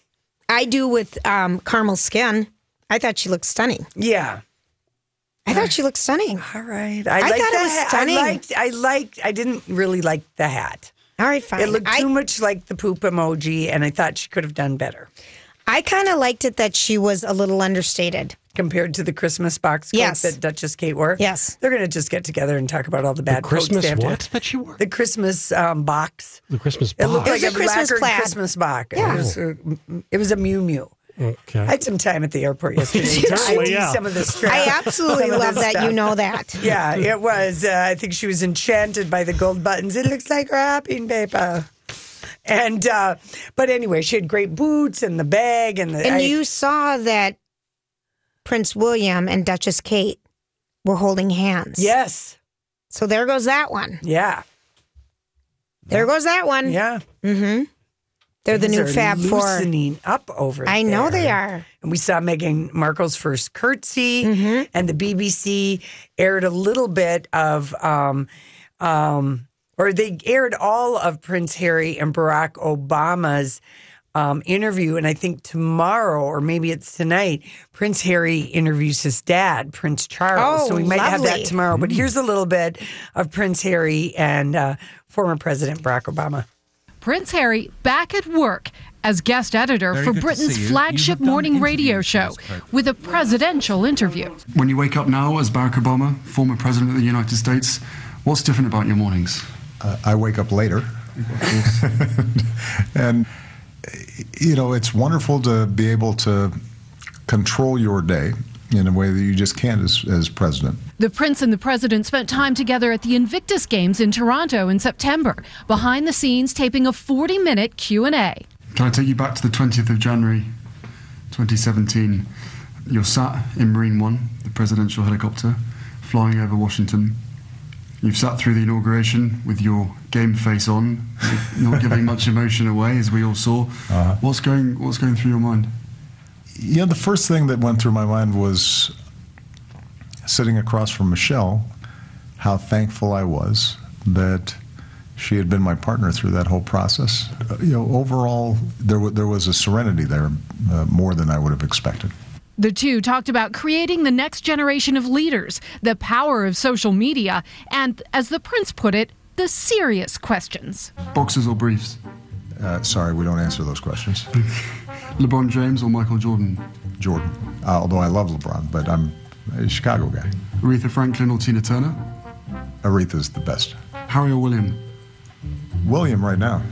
Speaker 3: I do with um, caramel skin. I thought she looked stunning.
Speaker 2: Yeah.
Speaker 3: I thought she looked stunning.
Speaker 2: All right. I,
Speaker 3: I,
Speaker 2: liked
Speaker 3: thought
Speaker 2: the
Speaker 3: it was
Speaker 2: hat.
Speaker 3: stunning.
Speaker 2: I liked. I liked. I didn't really like the hat.
Speaker 3: All right, fine.
Speaker 2: It looked too much like the poop emoji, and I thought she could have done better
Speaker 3: I kind of liked it that she was a little understated.
Speaker 2: compared to the Christmas box coat
Speaker 3: Yes.
Speaker 2: that Duchess Kate wore. Yes, they're going to just get together and talk about all the bad coats
Speaker 1: Christmas
Speaker 2: they have to-
Speaker 1: what that she wore?
Speaker 2: The Christmas um, box.
Speaker 1: The Christmas
Speaker 2: It
Speaker 1: box.
Speaker 2: looked like
Speaker 3: was
Speaker 2: a,
Speaker 3: a Christmas
Speaker 2: lacquered
Speaker 3: plaid.
Speaker 2: Christmas box.
Speaker 3: Yeah.
Speaker 2: It was a, it was a Mew Mew.
Speaker 1: Okay.
Speaker 2: I had some time at the airport yesterday.
Speaker 3: Apparently,
Speaker 2: I see
Speaker 3: yeah.
Speaker 2: some of this crap,
Speaker 3: I absolutely
Speaker 2: some of
Speaker 3: love
Speaker 2: this
Speaker 3: that you
Speaker 2: stuff.
Speaker 3: know that.
Speaker 2: Yeah, it was. Uh, I think she was enchanted by the gold buttons. It looks like wrapping paper. And uh, but anyway, she had great boots and the bag and the.
Speaker 3: And
Speaker 2: I-
Speaker 3: you saw that Prince William and Duchess Kate were holding hands.
Speaker 2: Yes.
Speaker 3: So there goes that one.
Speaker 2: Yeah.
Speaker 3: There goes that one.
Speaker 2: Yeah.
Speaker 3: Mm-hmm. They're the
Speaker 2: Things
Speaker 3: new
Speaker 2: are
Speaker 3: Fab Four.
Speaker 2: loosening up over.
Speaker 3: I know
Speaker 2: there.
Speaker 3: they are.
Speaker 2: And we saw Meghan Markle's first curtsy,
Speaker 3: Mm-hmm.
Speaker 2: and the BBC aired a little bit of, um, um, or they aired all of Prince Harry and Barack Obama's um, interview. And I think tomorrow, or maybe it's tonight, Prince Harry interviews his dad, Prince Charles.
Speaker 3: Oh,
Speaker 2: so we might have that
Speaker 3: lovely.
Speaker 2: tomorrow. But here's a little bit of Prince Harry and uh, former President Barack Obama.
Speaker 14: Prince Harry back at work as guest editor
Speaker 15: Very
Speaker 14: for
Speaker 15: good to see you.
Speaker 14: Britain's
Speaker 15: You
Speaker 14: flagship
Speaker 15: have done
Speaker 14: morning radio show with a presidential interview.
Speaker 15: When you wake up now as Barack Obama, former president of the United States, what's different about your mornings?
Speaker 16: Uh, I wake up later. and, you know, it's wonderful to be able to control your day in a way that you just can't as, as president.
Speaker 14: The prince and the president spent time together at the Invictus Games in Toronto in September, behind the scenes taping a 40-minute Q&A.
Speaker 15: Can I take you back to the 20th of January 2017? You're sat in Marine One, the presidential helicopter, flying over Washington. You've sat through the inauguration with your game face on, not giving much emotion away, as we all saw. What's going What's going through your mind?
Speaker 16: You know, the first thing that went through my mind was sitting across from Michelle, how thankful I was that she had been my partner through that whole process. Uh, you know, overall, there, wa there was a serenity there uh, more than I would have expected.
Speaker 14: The two talked about creating the next generation of leaders, the power of social media, and, as the prince put it, the serious questions.
Speaker 15: Boxers or briefs?
Speaker 16: Uh, sorry, we don't answer those questions.
Speaker 15: LeBron James or Michael Jordan?
Speaker 16: Jordan. Uh, although I love LeBron, but I'm a Chicago guy.
Speaker 15: Aretha Franklin or Tina Turner?
Speaker 16: Aretha's the best.
Speaker 15: Harry or William?
Speaker 16: William, right now.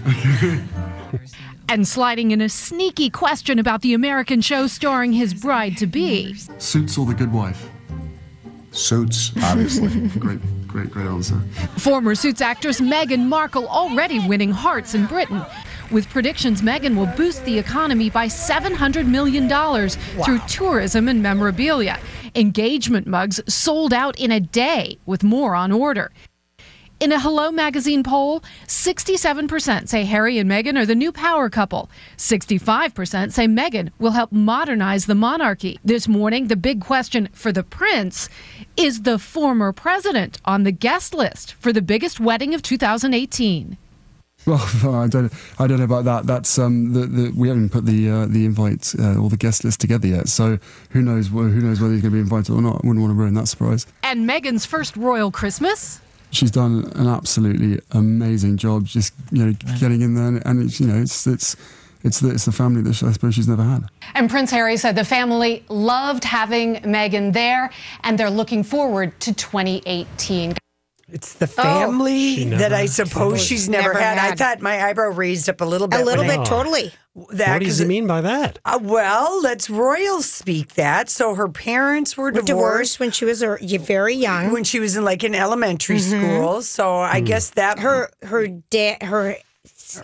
Speaker 14: And sliding in a sneaky question about the American show starring his bride to be.
Speaker 15: Suits or The Good Wife?
Speaker 16: Suits, obviously.
Speaker 15: great, great, great answer.
Speaker 14: Former Suits actress Meghan Markle already winning hearts in Britain. With predictions, Meghan will boost the economy by $700 million through tourism and memorabilia. Engagement mugs sold out in a day with more on order. In a Hello Magazine poll, 67% say Harry and Meghan are the new power couple. 65% say Meghan will help modernize the monarchy. This morning, the big question for the prince is the former president on the guest list for the biggest wedding of 2018.
Speaker 13: Well, I don't, I don't know about that. That's um, the, the, we haven't put the uh, the invite uh, or the guest list together yet. So who knows? wh- Who knows whether he's going to be invited or not? Wouldn't want to ruin that surprise.
Speaker 14: And Meghan's first royal Christmas?
Speaker 13: She's done an absolutely amazing job, just you know, getting in there, and, and it's you know, it's it's it's the, it's the family that I suppose she's never had.
Speaker 17: And Prince Harry said the family loved having Meghan there, and they're looking forward to 2018.
Speaker 2: It's the
Speaker 3: Oh.
Speaker 2: family
Speaker 17: She
Speaker 2: that
Speaker 17: never-
Speaker 2: I suppose
Speaker 17: she
Speaker 2: she's never,
Speaker 17: never
Speaker 2: had. I
Speaker 17: had.
Speaker 2: thought my eyebrow raised up a little bit.
Speaker 3: little
Speaker 2: when I-
Speaker 3: bit, totally.
Speaker 2: That,
Speaker 1: what does
Speaker 2: 'cause
Speaker 1: he
Speaker 2: it-
Speaker 1: mean by that?
Speaker 2: Uh, well, let's royal speak that. So her parents were
Speaker 3: Were
Speaker 2: divorced,
Speaker 3: divorced when she was very young.
Speaker 2: When she was in like an elementary
Speaker 3: Mhm.
Speaker 2: school. So I
Speaker 17: Hmm.
Speaker 2: guess that
Speaker 3: her her dad her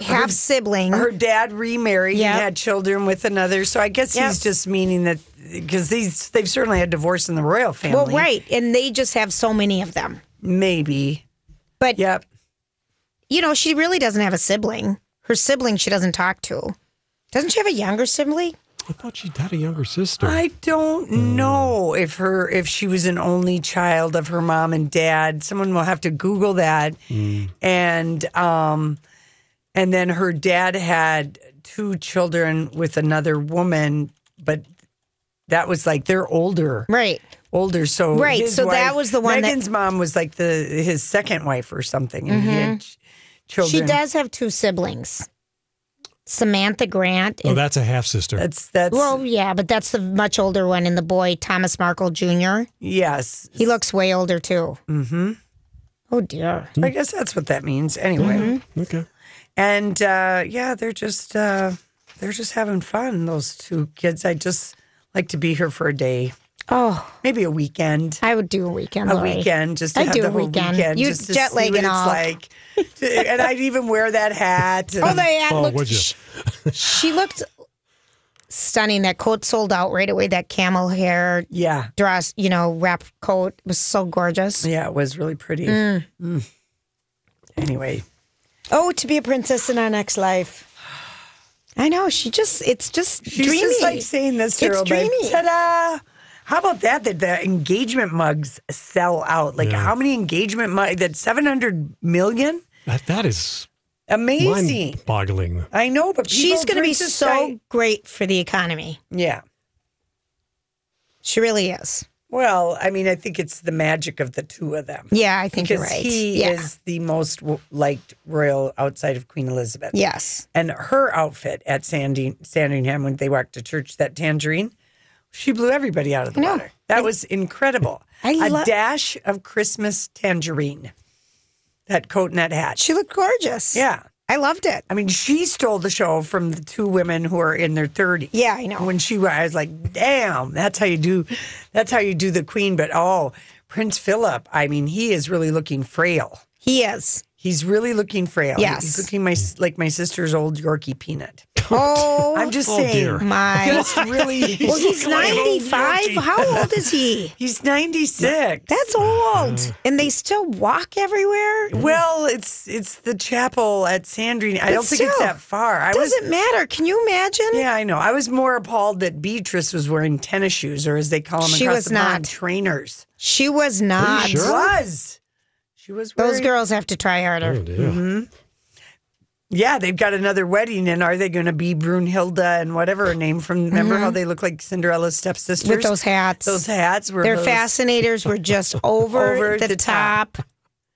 Speaker 3: half sibling
Speaker 2: her dad remarried
Speaker 3: Yep.
Speaker 2: and had children with another. So I guess he's just meaning that because these they've certainly had divorce in the royal family.
Speaker 3: Well, right, and they just have so many of them.
Speaker 2: Maybe,
Speaker 3: but
Speaker 2: yep.
Speaker 3: You know, she really doesn't have a sibling. Her sibling she doesn't talk to. Doesn't she have a younger sibling?
Speaker 1: I thought she had a younger sister.
Speaker 2: I don't know if her if she was an only child of her mom and dad. Someone will have to Google that. And um, and then her dad had two children with another woman, but that was like they're older,
Speaker 3: right?
Speaker 2: Older, so
Speaker 3: Right,
Speaker 2: his
Speaker 3: so that
Speaker 2: wife-
Speaker 3: was the one that-
Speaker 2: Megan's mom was like the his second wife or something, and he had ch- children.
Speaker 3: Mm-hmm. She does have two siblings. Samantha Grant.
Speaker 1: Oh,
Speaker 3: and-
Speaker 1: that's a half sister.
Speaker 2: that's
Speaker 3: well, yeah, but that's the much older one, and the boy Thomas Markle Jr.
Speaker 2: Yes,
Speaker 3: he looks way older too.
Speaker 2: Mm-hmm.
Speaker 3: Oh dear.
Speaker 2: I guess that's what that means anyway.
Speaker 3: Mm-hmm.
Speaker 1: Okay.
Speaker 2: And uh, yeah, they're just uh, they're just having fun. Those two kids. I just like to be here for a day.
Speaker 3: Oh,
Speaker 2: maybe a weekend.
Speaker 3: I would do a weekend.
Speaker 2: A
Speaker 3: Lori.
Speaker 2: weekend, just to
Speaker 3: I'd
Speaker 2: have
Speaker 3: do
Speaker 2: the
Speaker 3: a
Speaker 2: whole
Speaker 3: weekend.
Speaker 2: weekend,
Speaker 3: You
Speaker 2: just to
Speaker 3: jet
Speaker 2: see
Speaker 3: lag
Speaker 2: what
Speaker 3: and
Speaker 2: it's
Speaker 3: all.
Speaker 2: like. and I'd even wear that hat. and-
Speaker 3: Oh, the hat Oh, looked- would
Speaker 1: you?
Speaker 3: She looked stunning. That coat sold out right away. That camel hair,
Speaker 2: yeah,
Speaker 3: dress, you know, wrap coat was so gorgeous.
Speaker 2: Yeah, it was really pretty.
Speaker 3: Mm.
Speaker 2: Mm. Anyway,
Speaker 3: Oh, to be a princess in our next life. I know she just—it's just
Speaker 2: she's
Speaker 3: dreamy.
Speaker 2: just like saying this to her
Speaker 3: It's
Speaker 2: old man,
Speaker 3: dreamy.
Speaker 2: Ta-da! How about that? That the engagement mugs sell out. Like how many engagement mugs? That seven hundred million.
Speaker 1: That, that is
Speaker 2: Amazing.
Speaker 1: mind-boggling.
Speaker 2: I know, but
Speaker 3: She's
Speaker 2: going to
Speaker 3: be so great for the economy.
Speaker 2: Yeah,
Speaker 3: she really is.
Speaker 2: Well, I mean, I think it's the magic of the two of them.
Speaker 3: Yeah, I think you're
Speaker 2: because
Speaker 3: right.
Speaker 2: He
Speaker 3: Yeah.
Speaker 2: is the most w- liked royal outside of Queen Elizabeth.
Speaker 3: Yes,
Speaker 2: and her outfit at Sandy Sandringham when they walked to church that tangerine, she blew everybody out of the water. That was incredible.
Speaker 3: I
Speaker 2: A
Speaker 3: lo-
Speaker 2: dash of Christmas tangerine. That coat and that hat.
Speaker 3: She looked gorgeous.
Speaker 2: Yeah.
Speaker 3: I loved it.
Speaker 2: I mean, she stole the show from the two women who are in their 30s.
Speaker 3: Yeah, I know.
Speaker 2: When she wa- I was like, "Damn, that's how you do that's how you do the queen." But oh, Prince Philip, I mean, he is really looking frail.
Speaker 3: He is.
Speaker 2: He's really looking frail. He-
Speaker 3: Yes.
Speaker 2: He's looking my like my sister's old Yorkie peanut.
Speaker 3: Oh,
Speaker 2: I'm just
Speaker 3: Oh,
Speaker 2: saying.
Speaker 3: dear. my.
Speaker 2: Just really.
Speaker 3: Well, he's
Speaker 2: like an old
Speaker 3: 95.
Speaker 2: Yorkie.
Speaker 3: How old is he?
Speaker 2: He's 96.
Speaker 3: That's old. And they still walk everywhere?
Speaker 2: Well, it's it's the chapel at Sandrine. I
Speaker 3: But
Speaker 2: don't think it's
Speaker 3: still,
Speaker 2: that far. I
Speaker 3: doesn't matter. Can you imagine?
Speaker 2: Yeah, I know. I was more appalled that Beatrice was wearing tennis shoes, or as they call them,
Speaker 3: She
Speaker 2: across
Speaker 3: was
Speaker 2: the pond,
Speaker 3: not.
Speaker 2: trainers.
Speaker 3: She was not.
Speaker 2: She was. She was.
Speaker 3: Those
Speaker 2: wearing-
Speaker 3: girls have to try harder.
Speaker 1: Oh,
Speaker 2: Mhm. Yeah, they've got another wedding, and are they going to be Brunhilda and whatever her name from? Remember how they look like Cinderella's stepsisters
Speaker 3: Mm-hmm. With those hats.
Speaker 2: Those hats were
Speaker 3: Their
Speaker 2: those-
Speaker 3: fascinators were just over,
Speaker 2: Over
Speaker 3: the,
Speaker 2: the
Speaker 3: top.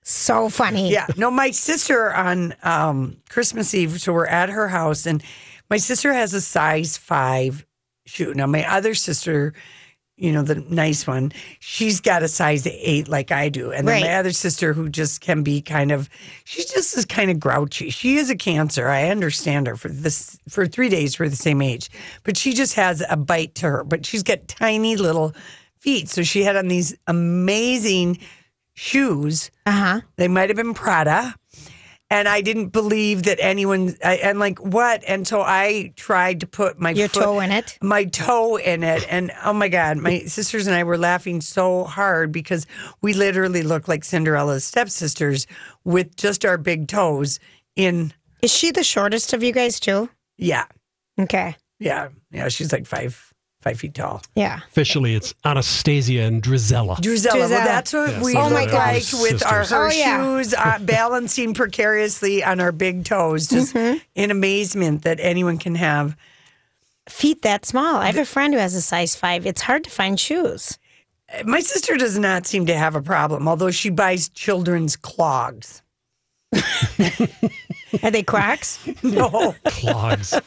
Speaker 3: So funny.
Speaker 2: Yeah. No, my sister on um, Christmas Eve, so we're at her house, and my sister has a size five shoe. Now, my other sister, you know, the nice one, she's got a size eight like I do. And then
Speaker 3: Right.
Speaker 2: my other sister, who just can be kind of, she just is kind of grouchy. She is a cancer. I understand her for this, for three days, we're the same age, but she just has a bite to her. But she's got tiny little feet. So she had on these amazing shoes.
Speaker 3: Uh huh.
Speaker 2: They might have been Prada. and I didn't believe that anyone. I, and like what? And so I tried to put my
Speaker 3: Your
Speaker 2: foot-
Speaker 3: toe in it?
Speaker 2: my toe in it, and oh my god, my sisters and I were laughing so hard because we literally looked like Cinderella's stepsisters with just our big toes in.
Speaker 3: Is she the shortest of you guys too?
Speaker 2: Yeah,
Speaker 3: Okay.
Speaker 2: yeah, yeah. She's like five five feet tall.
Speaker 3: Yeah.
Speaker 1: Officially, it's Anastasia and Drizella.
Speaker 2: Drusella. Well,
Speaker 3: Drusella.
Speaker 2: that's what
Speaker 1: Yeah,
Speaker 2: we
Speaker 1: so
Speaker 2: look
Speaker 1: they're all
Speaker 2: like with our
Speaker 1: sisters.
Speaker 2: her
Speaker 3: Oh, yeah.
Speaker 2: shoes uh, balancing precariously on our big toes, just
Speaker 3: Mm-hmm.
Speaker 2: in amazement that anyone can have.
Speaker 3: Feet that small. I have a friend who has a size five. It's hard to find shoes.
Speaker 2: My sister does not seem to have a problem, although she buys children's clogs.
Speaker 3: Are they Crocs?
Speaker 2: No.
Speaker 1: Clogs.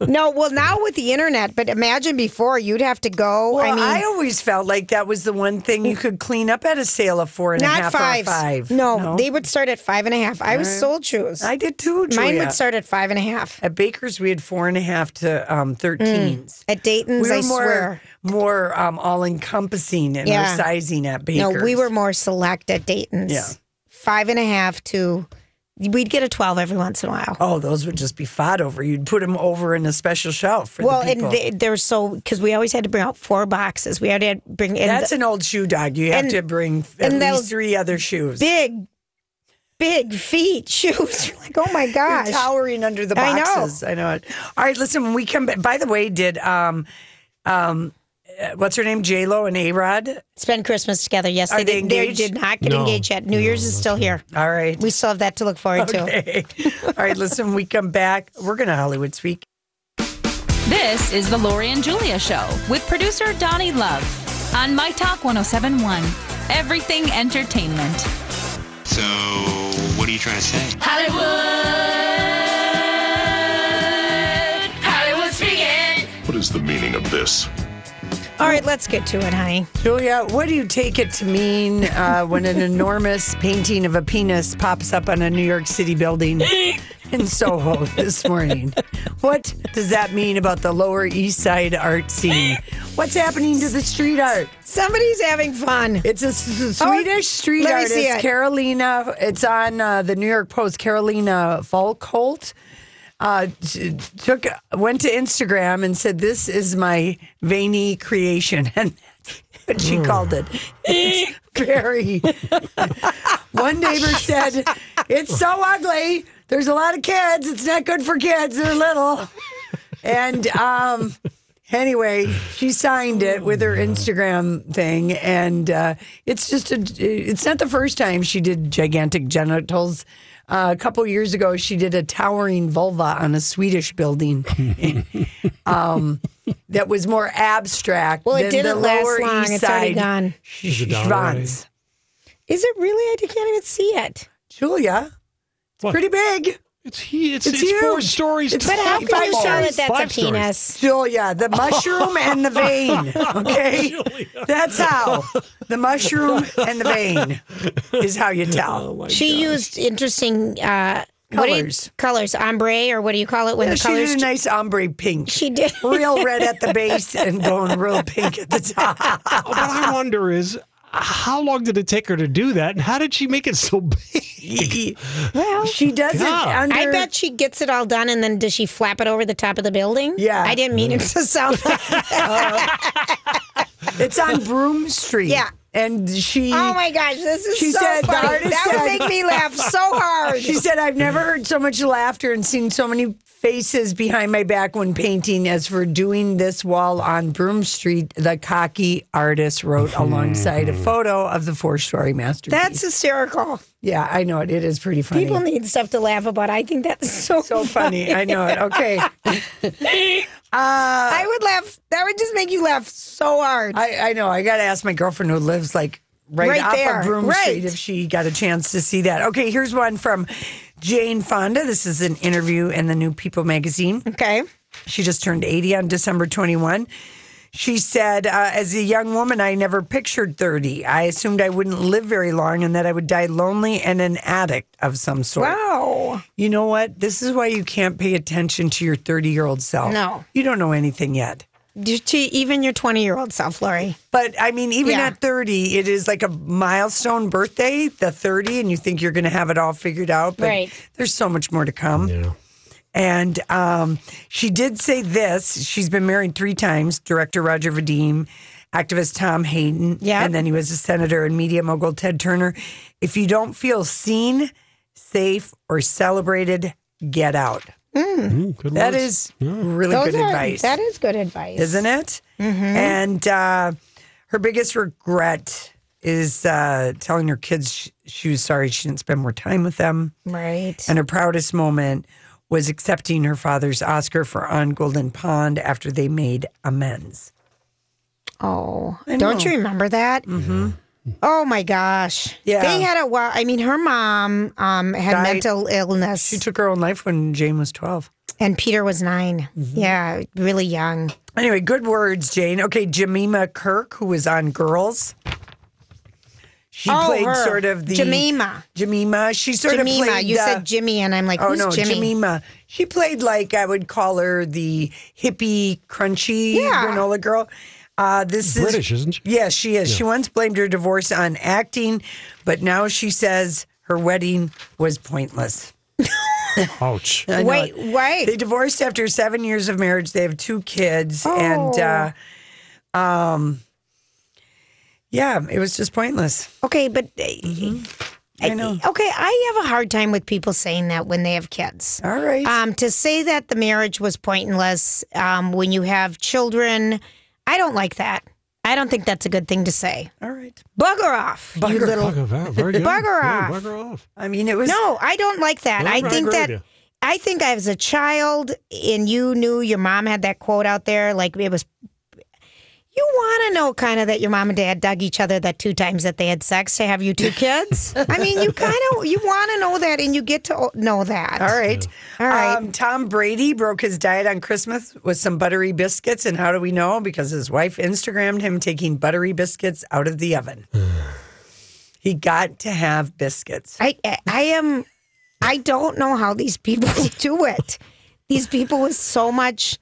Speaker 3: no. Well, now with the internet, but imagine before you'd have to go.
Speaker 2: Well,
Speaker 3: I
Speaker 2: I,
Speaker 3: mean,
Speaker 2: always felt like that was the one thing you could clean up at a sale of four and a
Speaker 3: not
Speaker 2: half
Speaker 3: five.
Speaker 2: or five.
Speaker 3: No, they would start at five and a half. I was
Speaker 2: Right.
Speaker 3: sold shoes.
Speaker 2: I did too. Julia.
Speaker 3: Mine would start at five and a half.
Speaker 2: At Baker's, we had four and a half to um, 13s.
Speaker 3: At Dayton's,
Speaker 2: we were
Speaker 3: Mm. I
Speaker 2: more,
Speaker 3: swear.
Speaker 2: more um, all encompassing in
Speaker 3: Yeah.
Speaker 2: our sizing at Baker's.
Speaker 3: No, we were more select at Dayton's.
Speaker 2: Yeah.
Speaker 3: Five and a half to, we'd get a 12 every once in a while.
Speaker 2: Oh, those would just be fought over. You'd put them over in a special shelf for
Speaker 3: well,
Speaker 2: the people.
Speaker 3: and they, they're so, because we always had to bring out four boxes. We had to bring in
Speaker 2: That's an old shoe dog. You have
Speaker 3: and-
Speaker 2: to bring at
Speaker 3: and
Speaker 2: least
Speaker 3: those
Speaker 2: three other shoes.
Speaker 3: big, big feet shoes. You're like, oh my
Speaker 2: You're
Speaker 3: gosh.
Speaker 2: towering under the
Speaker 3: I know.
Speaker 2: boxes. I know. it. All right, listen. When we come back, by the way, did um, um, uh, what's her name? J Lo and A Rod.
Speaker 3: Spend Christmas together. Yes,
Speaker 2: Are they
Speaker 3: they, did. They
Speaker 2: engaged?
Speaker 3: did not get
Speaker 2: No.
Speaker 3: engaged yet. New Year's is still here.
Speaker 2: All right.
Speaker 3: We still have that to look forward to.
Speaker 2: Okay. All right. Listen. When we come back, we're gonna Hollywood speak.
Speaker 7: This is the Lori and Julia Show with producer Donnie Love on My Talk 1071. Everything entertainment.
Speaker 18: So, what are you trying to say?
Speaker 7: Hollywood! Hollywood speaking!
Speaker 19: What is the meaning of this?
Speaker 3: All right, let's get to it, honey.
Speaker 2: Julia, what do you take it to mean uh, when an enormous painting of a penis pops up on a New York City building in Soho this morning? What does that mean about the Lower East Side art scene? What's happening to the street art?
Speaker 3: Somebody's having fun.
Speaker 2: It's a, s- s- Swedish street
Speaker 3: Oh, let me
Speaker 2: artist,
Speaker 3: see it.
Speaker 2: Carolina. It's on uh, the New York Post. Carolina Falkholt uh, t- took went to Instagram and said, "This is my veiny creation," and that's what
Speaker 3: Hmm.
Speaker 2: she called it. It's very. One neighbor said, "It's so ugly. There's a lot of kids. It's not good for kids. They're little." And um, anyway, she signed it with her Instagram thing, and uh, it's just a. It's not the first time she did gigantic genitals. Uh, a couple years ago, she did a towering vulva on a Swedish building um, that was more abstract.
Speaker 3: Well, it
Speaker 2: than
Speaker 3: didn't
Speaker 2: the
Speaker 3: last
Speaker 2: Lower
Speaker 3: long.
Speaker 2: East
Speaker 3: It's
Speaker 2: Side
Speaker 3: already gone.
Speaker 1: Is it down
Speaker 2: Schwanz.
Speaker 3: Is it really? I can't even see it.
Speaker 2: Julia, it's
Speaker 1: What?
Speaker 2: pretty big.
Speaker 1: It's he. It's,
Speaker 2: It's
Speaker 1: it's, four
Speaker 2: huge.
Speaker 1: stories.
Speaker 2: It's
Speaker 1: tall.
Speaker 2: But how can
Speaker 1: Five
Speaker 2: you tell
Speaker 1: stories.
Speaker 3: that that's a
Speaker 1: Five stories.
Speaker 3: penis?
Speaker 2: Julia, the mushroom and the vein. Okay, that's how the mushroom and the vein is how you tell.
Speaker 3: She used interesting uh, what do you-
Speaker 2: Colours.
Speaker 3: colors, ombre, or what do you call it when
Speaker 2: Yeah,
Speaker 3: the
Speaker 2: she
Speaker 3: colors?
Speaker 2: did a nice ombre pink.
Speaker 3: She did.
Speaker 2: real red at the base and going real pink at the top.
Speaker 1: What I wonder is how long did it take her to do that, and how did she make it so big?
Speaker 3: well,
Speaker 2: she does
Speaker 1: Yeah.
Speaker 2: it under.
Speaker 3: I bet she gets it all done, and then does she flap it over the top of the building?
Speaker 2: Yeah.
Speaker 3: I didn't mean it to sound. like
Speaker 2: it's on Broom Street.
Speaker 3: Yeah.
Speaker 2: and she.
Speaker 3: Oh my gosh, this is
Speaker 2: She
Speaker 3: so
Speaker 2: said the
Speaker 3: funny.
Speaker 2: artist
Speaker 3: That would
Speaker 2: said-
Speaker 3: make me laugh so hard.
Speaker 2: She said, I've never heard so much laughter and seen so many faces behind my back when painting as for doing this wall on Broom Street, the cocky artist wrote alongside a photo of the four story masterpiece.
Speaker 3: Mm-hmm. That's hysterical.
Speaker 2: yeah, I know it. It is pretty funny.
Speaker 3: People need stuff to laugh about. I think that's so
Speaker 2: so funny. I know it. Okay.
Speaker 3: I would laugh. That would just make you laugh so hard.
Speaker 2: I, I know. I got to ask my girlfriend who lives like right,
Speaker 3: Right
Speaker 2: off
Speaker 3: there.
Speaker 2: of Broom
Speaker 3: Right.
Speaker 2: Street if she got a chance to see that. Okay, here's one from Jane Fonda. This is an interview in the New People magazine.
Speaker 3: Okay.
Speaker 2: She just turned 80 on December 21. She said, uh, as a young woman, I never pictured 30. I assumed I wouldn't live very long and that I would die lonely and an addict of some sort.
Speaker 3: Wow.
Speaker 2: You know what? This is why you can't pay attention to your 30 year old self.
Speaker 3: No.
Speaker 2: You don't know anything yet.
Speaker 3: to even your 20 year old self, Lori.
Speaker 2: But I mean, even
Speaker 3: Yeah.
Speaker 2: at 30, it is like a milestone birthday, the 30, and you think you're going to have it all figured out. But
Speaker 3: Right.
Speaker 2: there's so much more to come. And um, she did say this. She's been married three times director Roger Vadim, activist Tom Hayden, yeah. and then he was a senator and media mogul Ted Turner. If you don't feel seen, safe, or celebrated, get out.
Speaker 3: good
Speaker 2: That
Speaker 3: words.
Speaker 2: is really
Speaker 3: Those
Speaker 2: good
Speaker 3: are-
Speaker 2: advice
Speaker 3: That is good advice.
Speaker 2: isn't it? And uh, her biggest regret is uh, telling her kids sh- she was sorry she didn't spend more time with them.
Speaker 3: Right.
Speaker 2: And her proudest moment was accepting her father's Oscar for On Golden Pond after they made amends.
Speaker 3: Oh,
Speaker 2: I
Speaker 3: don't
Speaker 2: know.
Speaker 3: you remember that? Mm-hmm. Oh my gosh.
Speaker 2: Yeah.
Speaker 3: They had a while. I mean, her mom um, had
Speaker 2: Died-
Speaker 3: mental illness.
Speaker 2: She took her own life when Jane was 12.
Speaker 3: And Peter was 9
Speaker 2: Mm-hmm.
Speaker 3: Yeah, really young.
Speaker 2: Anyway, good words, Jane. Okay, Jemima Kirk, who was on Girls. She
Speaker 3: Oh,
Speaker 2: played
Speaker 3: her.
Speaker 2: sort of the
Speaker 3: Jemima.
Speaker 2: Jemima. She sort
Speaker 3: Jemima.
Speaker 2: of played.
Speaker 3: you
Speaker 2: the-
Speaker 3: said Jimmy, and I'm like,
Speaker 2: oh
Speaker 3: who's
Speaker 2: no,
Speaker 3: Jimmy?
Speaker 2: Jemima. She played like I would call her the hippie, crunchy granola girl. Uh, this
Speaker 1: British,
Speaker 2: is
Speaker 1: isn't she?
Speaker 2: Yes, she is.
Speaker 1: Yeah.
Speaker 2: She once blamed her divorce on acting, but now she says her wedding was pointless.
Speaker 1: Ouch.
Speaker 2: I know
Speaker 3: Wait,
Speaker 2: it.
Speaker 3: wait.
Speaker 2: They divorced after seven years of marriage. They have two kids, and
Speaker 3: Oh.
Speaker 2: uh, um, yeah, it was just pointless.
Speaker 3: Okay, but uh,
Speaker 2: Mm-hmm. I know.
Speaker 3: Okay, I have a hard time with people saying that when they have kids.
Speaker 2: All right.
Speaker 3: Um, to say that the marriage was pointless um, when you have children, I don't like that. I don't think that's a good thing to say.
Speaker 2: All right.
Speaker 3: Bugger off, you
Speaker 1: Bugger-
Speaker 3: little
Speaker 1: bugger off. Very good.
Speaker 3: Bugger
Speaker 1: Yeah,
Speaker 3: off.
Speaker 1: bugger off.
Speaker 2: I mean, it was
Speaker 3: No, I don't like that.
Speaker 1: No,
Speaker 3: I
Speaker 1: I
Speaker 3: think
Speaker 1: agree with
Speaker 3: that
Speaker 1: you.
Speaker 3: I think as a child, and you knew your mom had that quote out there, like it was. You want to know kind of that your mom and dad dug each other that two times that they had sex to have you two kids. I mean, you kind of you want to know that, and you get to o- know that.
Speaker 2: All right.
Speaker 3: All right.
Speaker 2: Um, Tom Brady broke his diet on Christmas with some buttery biscuits. And how do we know? Because his wife Instagrammed him taking buttery biscuits out of the oven. he got to have biscuits.
Speaker 3: I I am. I don't know how these people do it. These people with so much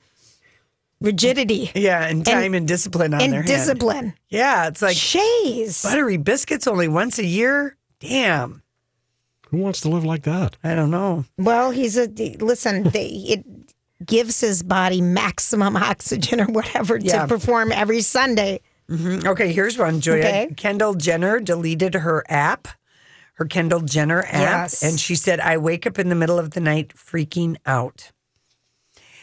Speaker 3: rigidity
Speaker 2: Yeah, and time and, discipline on
Speaker 3: and
Speaker 2: their hand.
Speaker 3: discipline.
Speaker 2: Yeah, it's like
Speaker 3: Shays.
Speaker 2: buttery biscuits only once a year. Damn.
Speaker 1: Who wants to live like that?
Speaker 2: I don't know.
Speaker 3: Well, he's a the- listen. They, it gives his body maximum oxygen or whatever
Speaker 2: Yeah.
Speaker 3: to perform every Sunday.
Speaker 2: Mhm. Okay, here's one, Julia.
Speaker 3: Mm. Okay.
Speaker 2: Kendall Jenner deleted her app, her Kendall Jenner app,
Speaker 3: Yes.
Speaker 2: and she said, "I wake up in the middle of the night freaking out."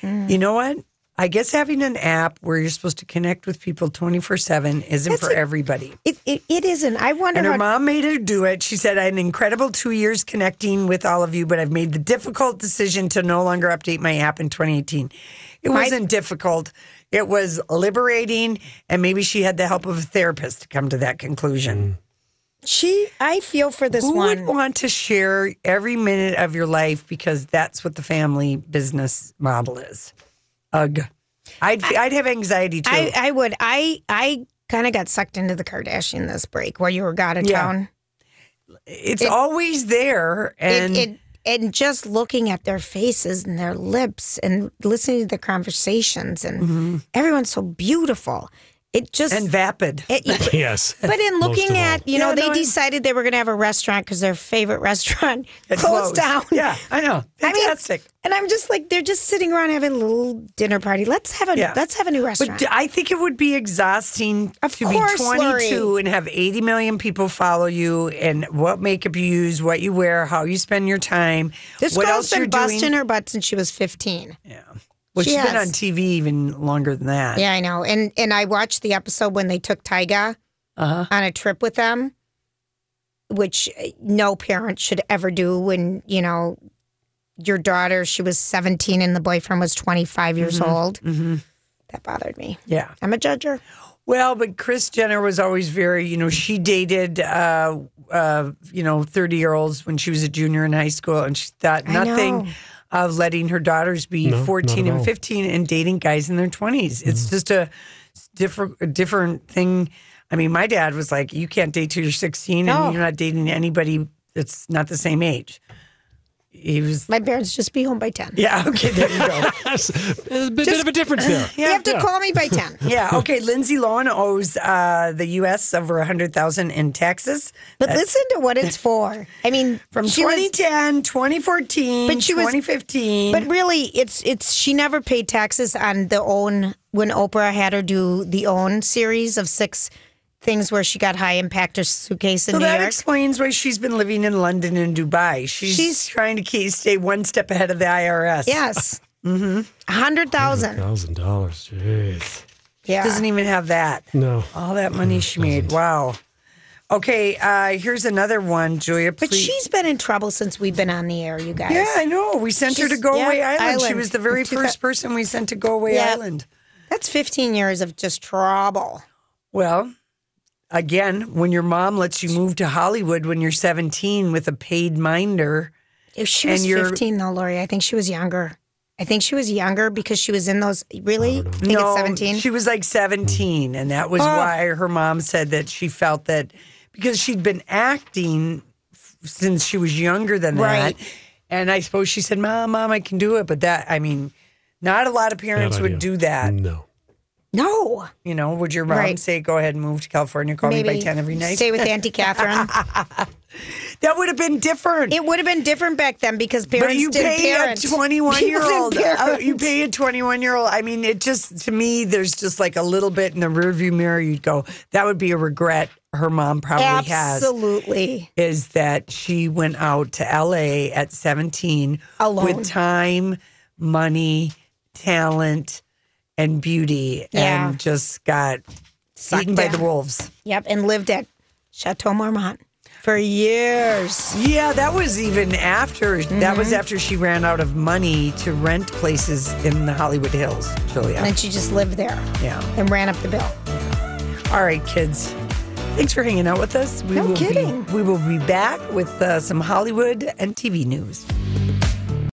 Speaker 3: Mm.
Speaker 2: You know what? I guess having an app where you're supposed to connect with people 24 7 isn't
Speaker 3: That's
Speaker 2: for
Speaker 3: a-
Speaker 2: everybody.
Speaker 3: It it, it isn't. I wonder
Speaker 2: And
Speaker 3: how.
Speaker 2: her mom made her do it. She said, I had an incredible two years connecting with all of you, but I've made the difficult decision to no longer update my app in 2018. It
Speaker 3: My-
Speaker 2: wasn't difficult, it was liberating. And maybe she had the help of a therapist to come to that
Speaker 3: Mm.
Speaker 2: conclusion.
Speaker 3: she, I feel for this
Speaker 2: Who would
Speaker 3: one.
Speaker 2: want to share every minute of your life because that's what the family business model is? Ugh. I'd, I'd have anxiety too.
Speaker 3: I uh, I would. I I kind of got sucked into the Kardashian this break while you were out of
Speaker 2: Yeah.
Speaker 3: town.
Speaker 2: it's
Speaker 3: it-
Speaker 2: always there. And
Speaker 3: it, it and just looking at their faces and their lips and listening to the conversations and everyone's so beautiful. It just
Speaker 2: Mm-hmm. and vapid.
Speaker 3: it,
Speaker 1: Yes.
Speaker 3: But in
Speaker 1: Most of
Speaker 3: looking
Speaker 1: all.
Speaker 3: at, you know,
Speaker 2: Yeah,
Speaker 3: they
Speaker 2: no, I-
Speaker 3: decided they were going to have a restaurant because their favorite restaurant
Speaker 2: It
Speaker 3: closed, down.
Speaker 2: Yeah, I know.
Speaker 3: I mean,
Speaker 2: Fantastic.
Speaker 3: and I'm just like, they're just sitting around having a little dinner party. Let's have a
Speaker 2: Yeah.
Speaker 3: let's have a new
Speaker 2: but
Speaker 3: restaurant.
Speaker 2: d- I think it would be exhausting
Speaker 3: Of
Speaker 2: to
Speaker 3: course,
Speaker 2: be 22
Speaker 3: Lori.
Speaker 2: and have 80 million people follow you and what makeup you use, what you wear, how you spend your time,
Speaker 3: this
Speaker 2: what
Speaker 3: girl's
Speaker 2: else you're
Speaker 3: been busting
Speaker 2: doing.
Speaker 3: her butt since she was 15. Yeah,
Speaker 2: Well,
Speaker 3: she
Speaker 2: she's been
Speaker 3: has.
Speaker 2: on TV even longer than that.
Speaker 3: yeah, I know. And and I watched the episode when they took Tyga
Speaker 2: Uh-huh.
Speaker 3: on a trip with them, which eh, no parent should ever do when you know your daughter. She was 17 and the boyfriend was 25 years old.
Speaker 2: Mm-hmm.
Speaker 3: That bothered me.
Speaker 2: Yeah.
Speaker 3: I'm a judger.
Speaker 2: Well, but Chris Jenner was always very, you know, she dated, uh, uh, you know, 30 year olds when she was a junior in high school, and she thought
Speaker 3: I
Speaker 2: nothing
Speaker 3: know.
Speaker 2: of letting her daughters be
Speaker 1: No, not
Speaker 2: 14
Speaker 1: at
Speaker 2: and
Speaker 1: all. Mm-hmm.
Speaker 2: 15 and dating guys in their 20s. It's just a different, a different thing. I mean, my dad was like, you can't date till you're 16
Speaker 3: No.
Speaker 2: and you're not dating anybody that's not the same age. he was
Speaker 3: My parents just be home by 10.
Speaker 2: Yeah, okay, there you go.
Speaker 1: There's a bit, bit of a difference there.
Speaker 3: you have to call me by 10.
Speaker 2: yeah, okay. Lindsay Lohan owes uh, the U.S. over 100000 in taxes.
Speaker 3: But listen to what it's for. I mean,
Speaker 2: From
Speaker 3: she was-
Speaker 2: 2010, 2014,
Speaker 3: but she was
Speaker 2: 2015.
Speaker 3: But really, it's it's she never paid taxes on the own when Oprah had her do the own series of six things where she got high impact her suitcase in
Speaker 2: so
Speaker 3: New
Speaker 2: that
Speaker 3: York.
Speaker 2: explains why she's been living in London and Dubai. She's,
Speaker 3: She's-
Speaker 2: trying to keep, stay one step ahead of the IRS.
Speaker 3: yes, mm-hmm.
Speaker 2: Oh
Speaker 3: hundred thousand.
Speaker 1: Thousand dollars. Jeez.
Speaker 3: Yeah,
Speaker 2: Doesn't even have that.
Speaker 1: No.
Speaker 2: All that money she made. Wow. Okay, uh, here's another one, Julia.
Speaker 3: but
Speaker 2: please.
Speaker 3: she's been in trouble since we've been on the air, you guys.
Speaker 2: Yeah, I know. We sent her
Speaker 3: She's-
Speaker 2: to Go Away
Speaker 3: yeah,
Speaker 2: Island. She
Speaker 3: Island.
Speaker 2: was the very
Speaker 3: Two
Speaker 2: first
Speaker 3: thou-
Speaker 2: person we sent to Go Away
Speaker 3: Yeah.
Speaker 2: Island.
Speaker 3: That's fifteen years of just trouble.
Speaker 2: Well, again, when your mom lets you move to Hollywood when you're 17 with a paid minder,
Speaker 3: If she
Speaker 2: And
Speaker 3: was
Speaker 2: you're-
Speaker 3: fifteen, though, Lori, I think she was younger. I think she was younger because she was in those. Really, I think it's seventeen.
Speaker 2: she was like 17, and that was
Speaker 3: Oh.
Speaker 2: why her mom said that she felt that because she'd been acting f- since she was younger than
Speaker 3: Right.
Speaker 2: that. And I suppose she said, "Mom, mom, I can do it," but that, I mean, not a lot of parents
Speaker 1: Bad
Speaker 2: would
Speaker 1: idea. Mm.
Speaker 2: do that.
Speaker 1: No.
Speaker 3: no,
Speaker 2: You know, would your mom
Speaker 3: Right.
Speaker 2: say, "Go ahead and move to California, call me by
Speaker 3: Maybe
Speaker 2: 10 every night"?
Speaker 3: Stay with Auntie Catherine.
Speaker 2: that would have been different.
Speaker 3: It would have been different back then because parents
Speaker 2: But you
Speaker 3: did
Speaker 2: pay
Speaker 3: parent.
Speaker 2: a 21 year old.
Speaker 3: People did
Speaker 2: uh, You
Speaker 3: parent.
Speaker 2: pay a 21 year old. I mean, it just, to me, there's just like a little bit in the rearview mirror you'd go, that would be a regret her mom probably has
Speaker 3: Absolutely.
Speaker 2: is that she went out to LA at 17
Speaker 3: Alone.
Speaker 2: with time, money, talent, and beauty
Speaker 3: Yeah.
Speaker 2: and just got
Speaker 3: Sucked
Speaker 2: eaten by the
Speaker 3: down.
Speaker 2: wolves.
Speaker 3: Yep, and lived at Chateau Marmont for years.
Speaker 2: Yeah, that was even after that was
Speaker 3: Mm-hmm.
Speaker 2: after she ran out of money to rent places in the Hollywood Hills, Julia.
Speaker 3: And then she just lived there
Speaker 2: Yeah.
Speaker 3: and ran up the bill.
Speaker 2: All right, kids. Thanks for hanging out with us. We
Speaker 3: No
Speaker 2: will
Speaker 3: kidding.
Speaker 2: Be, we will be back with uh, some Hollywood and TV news.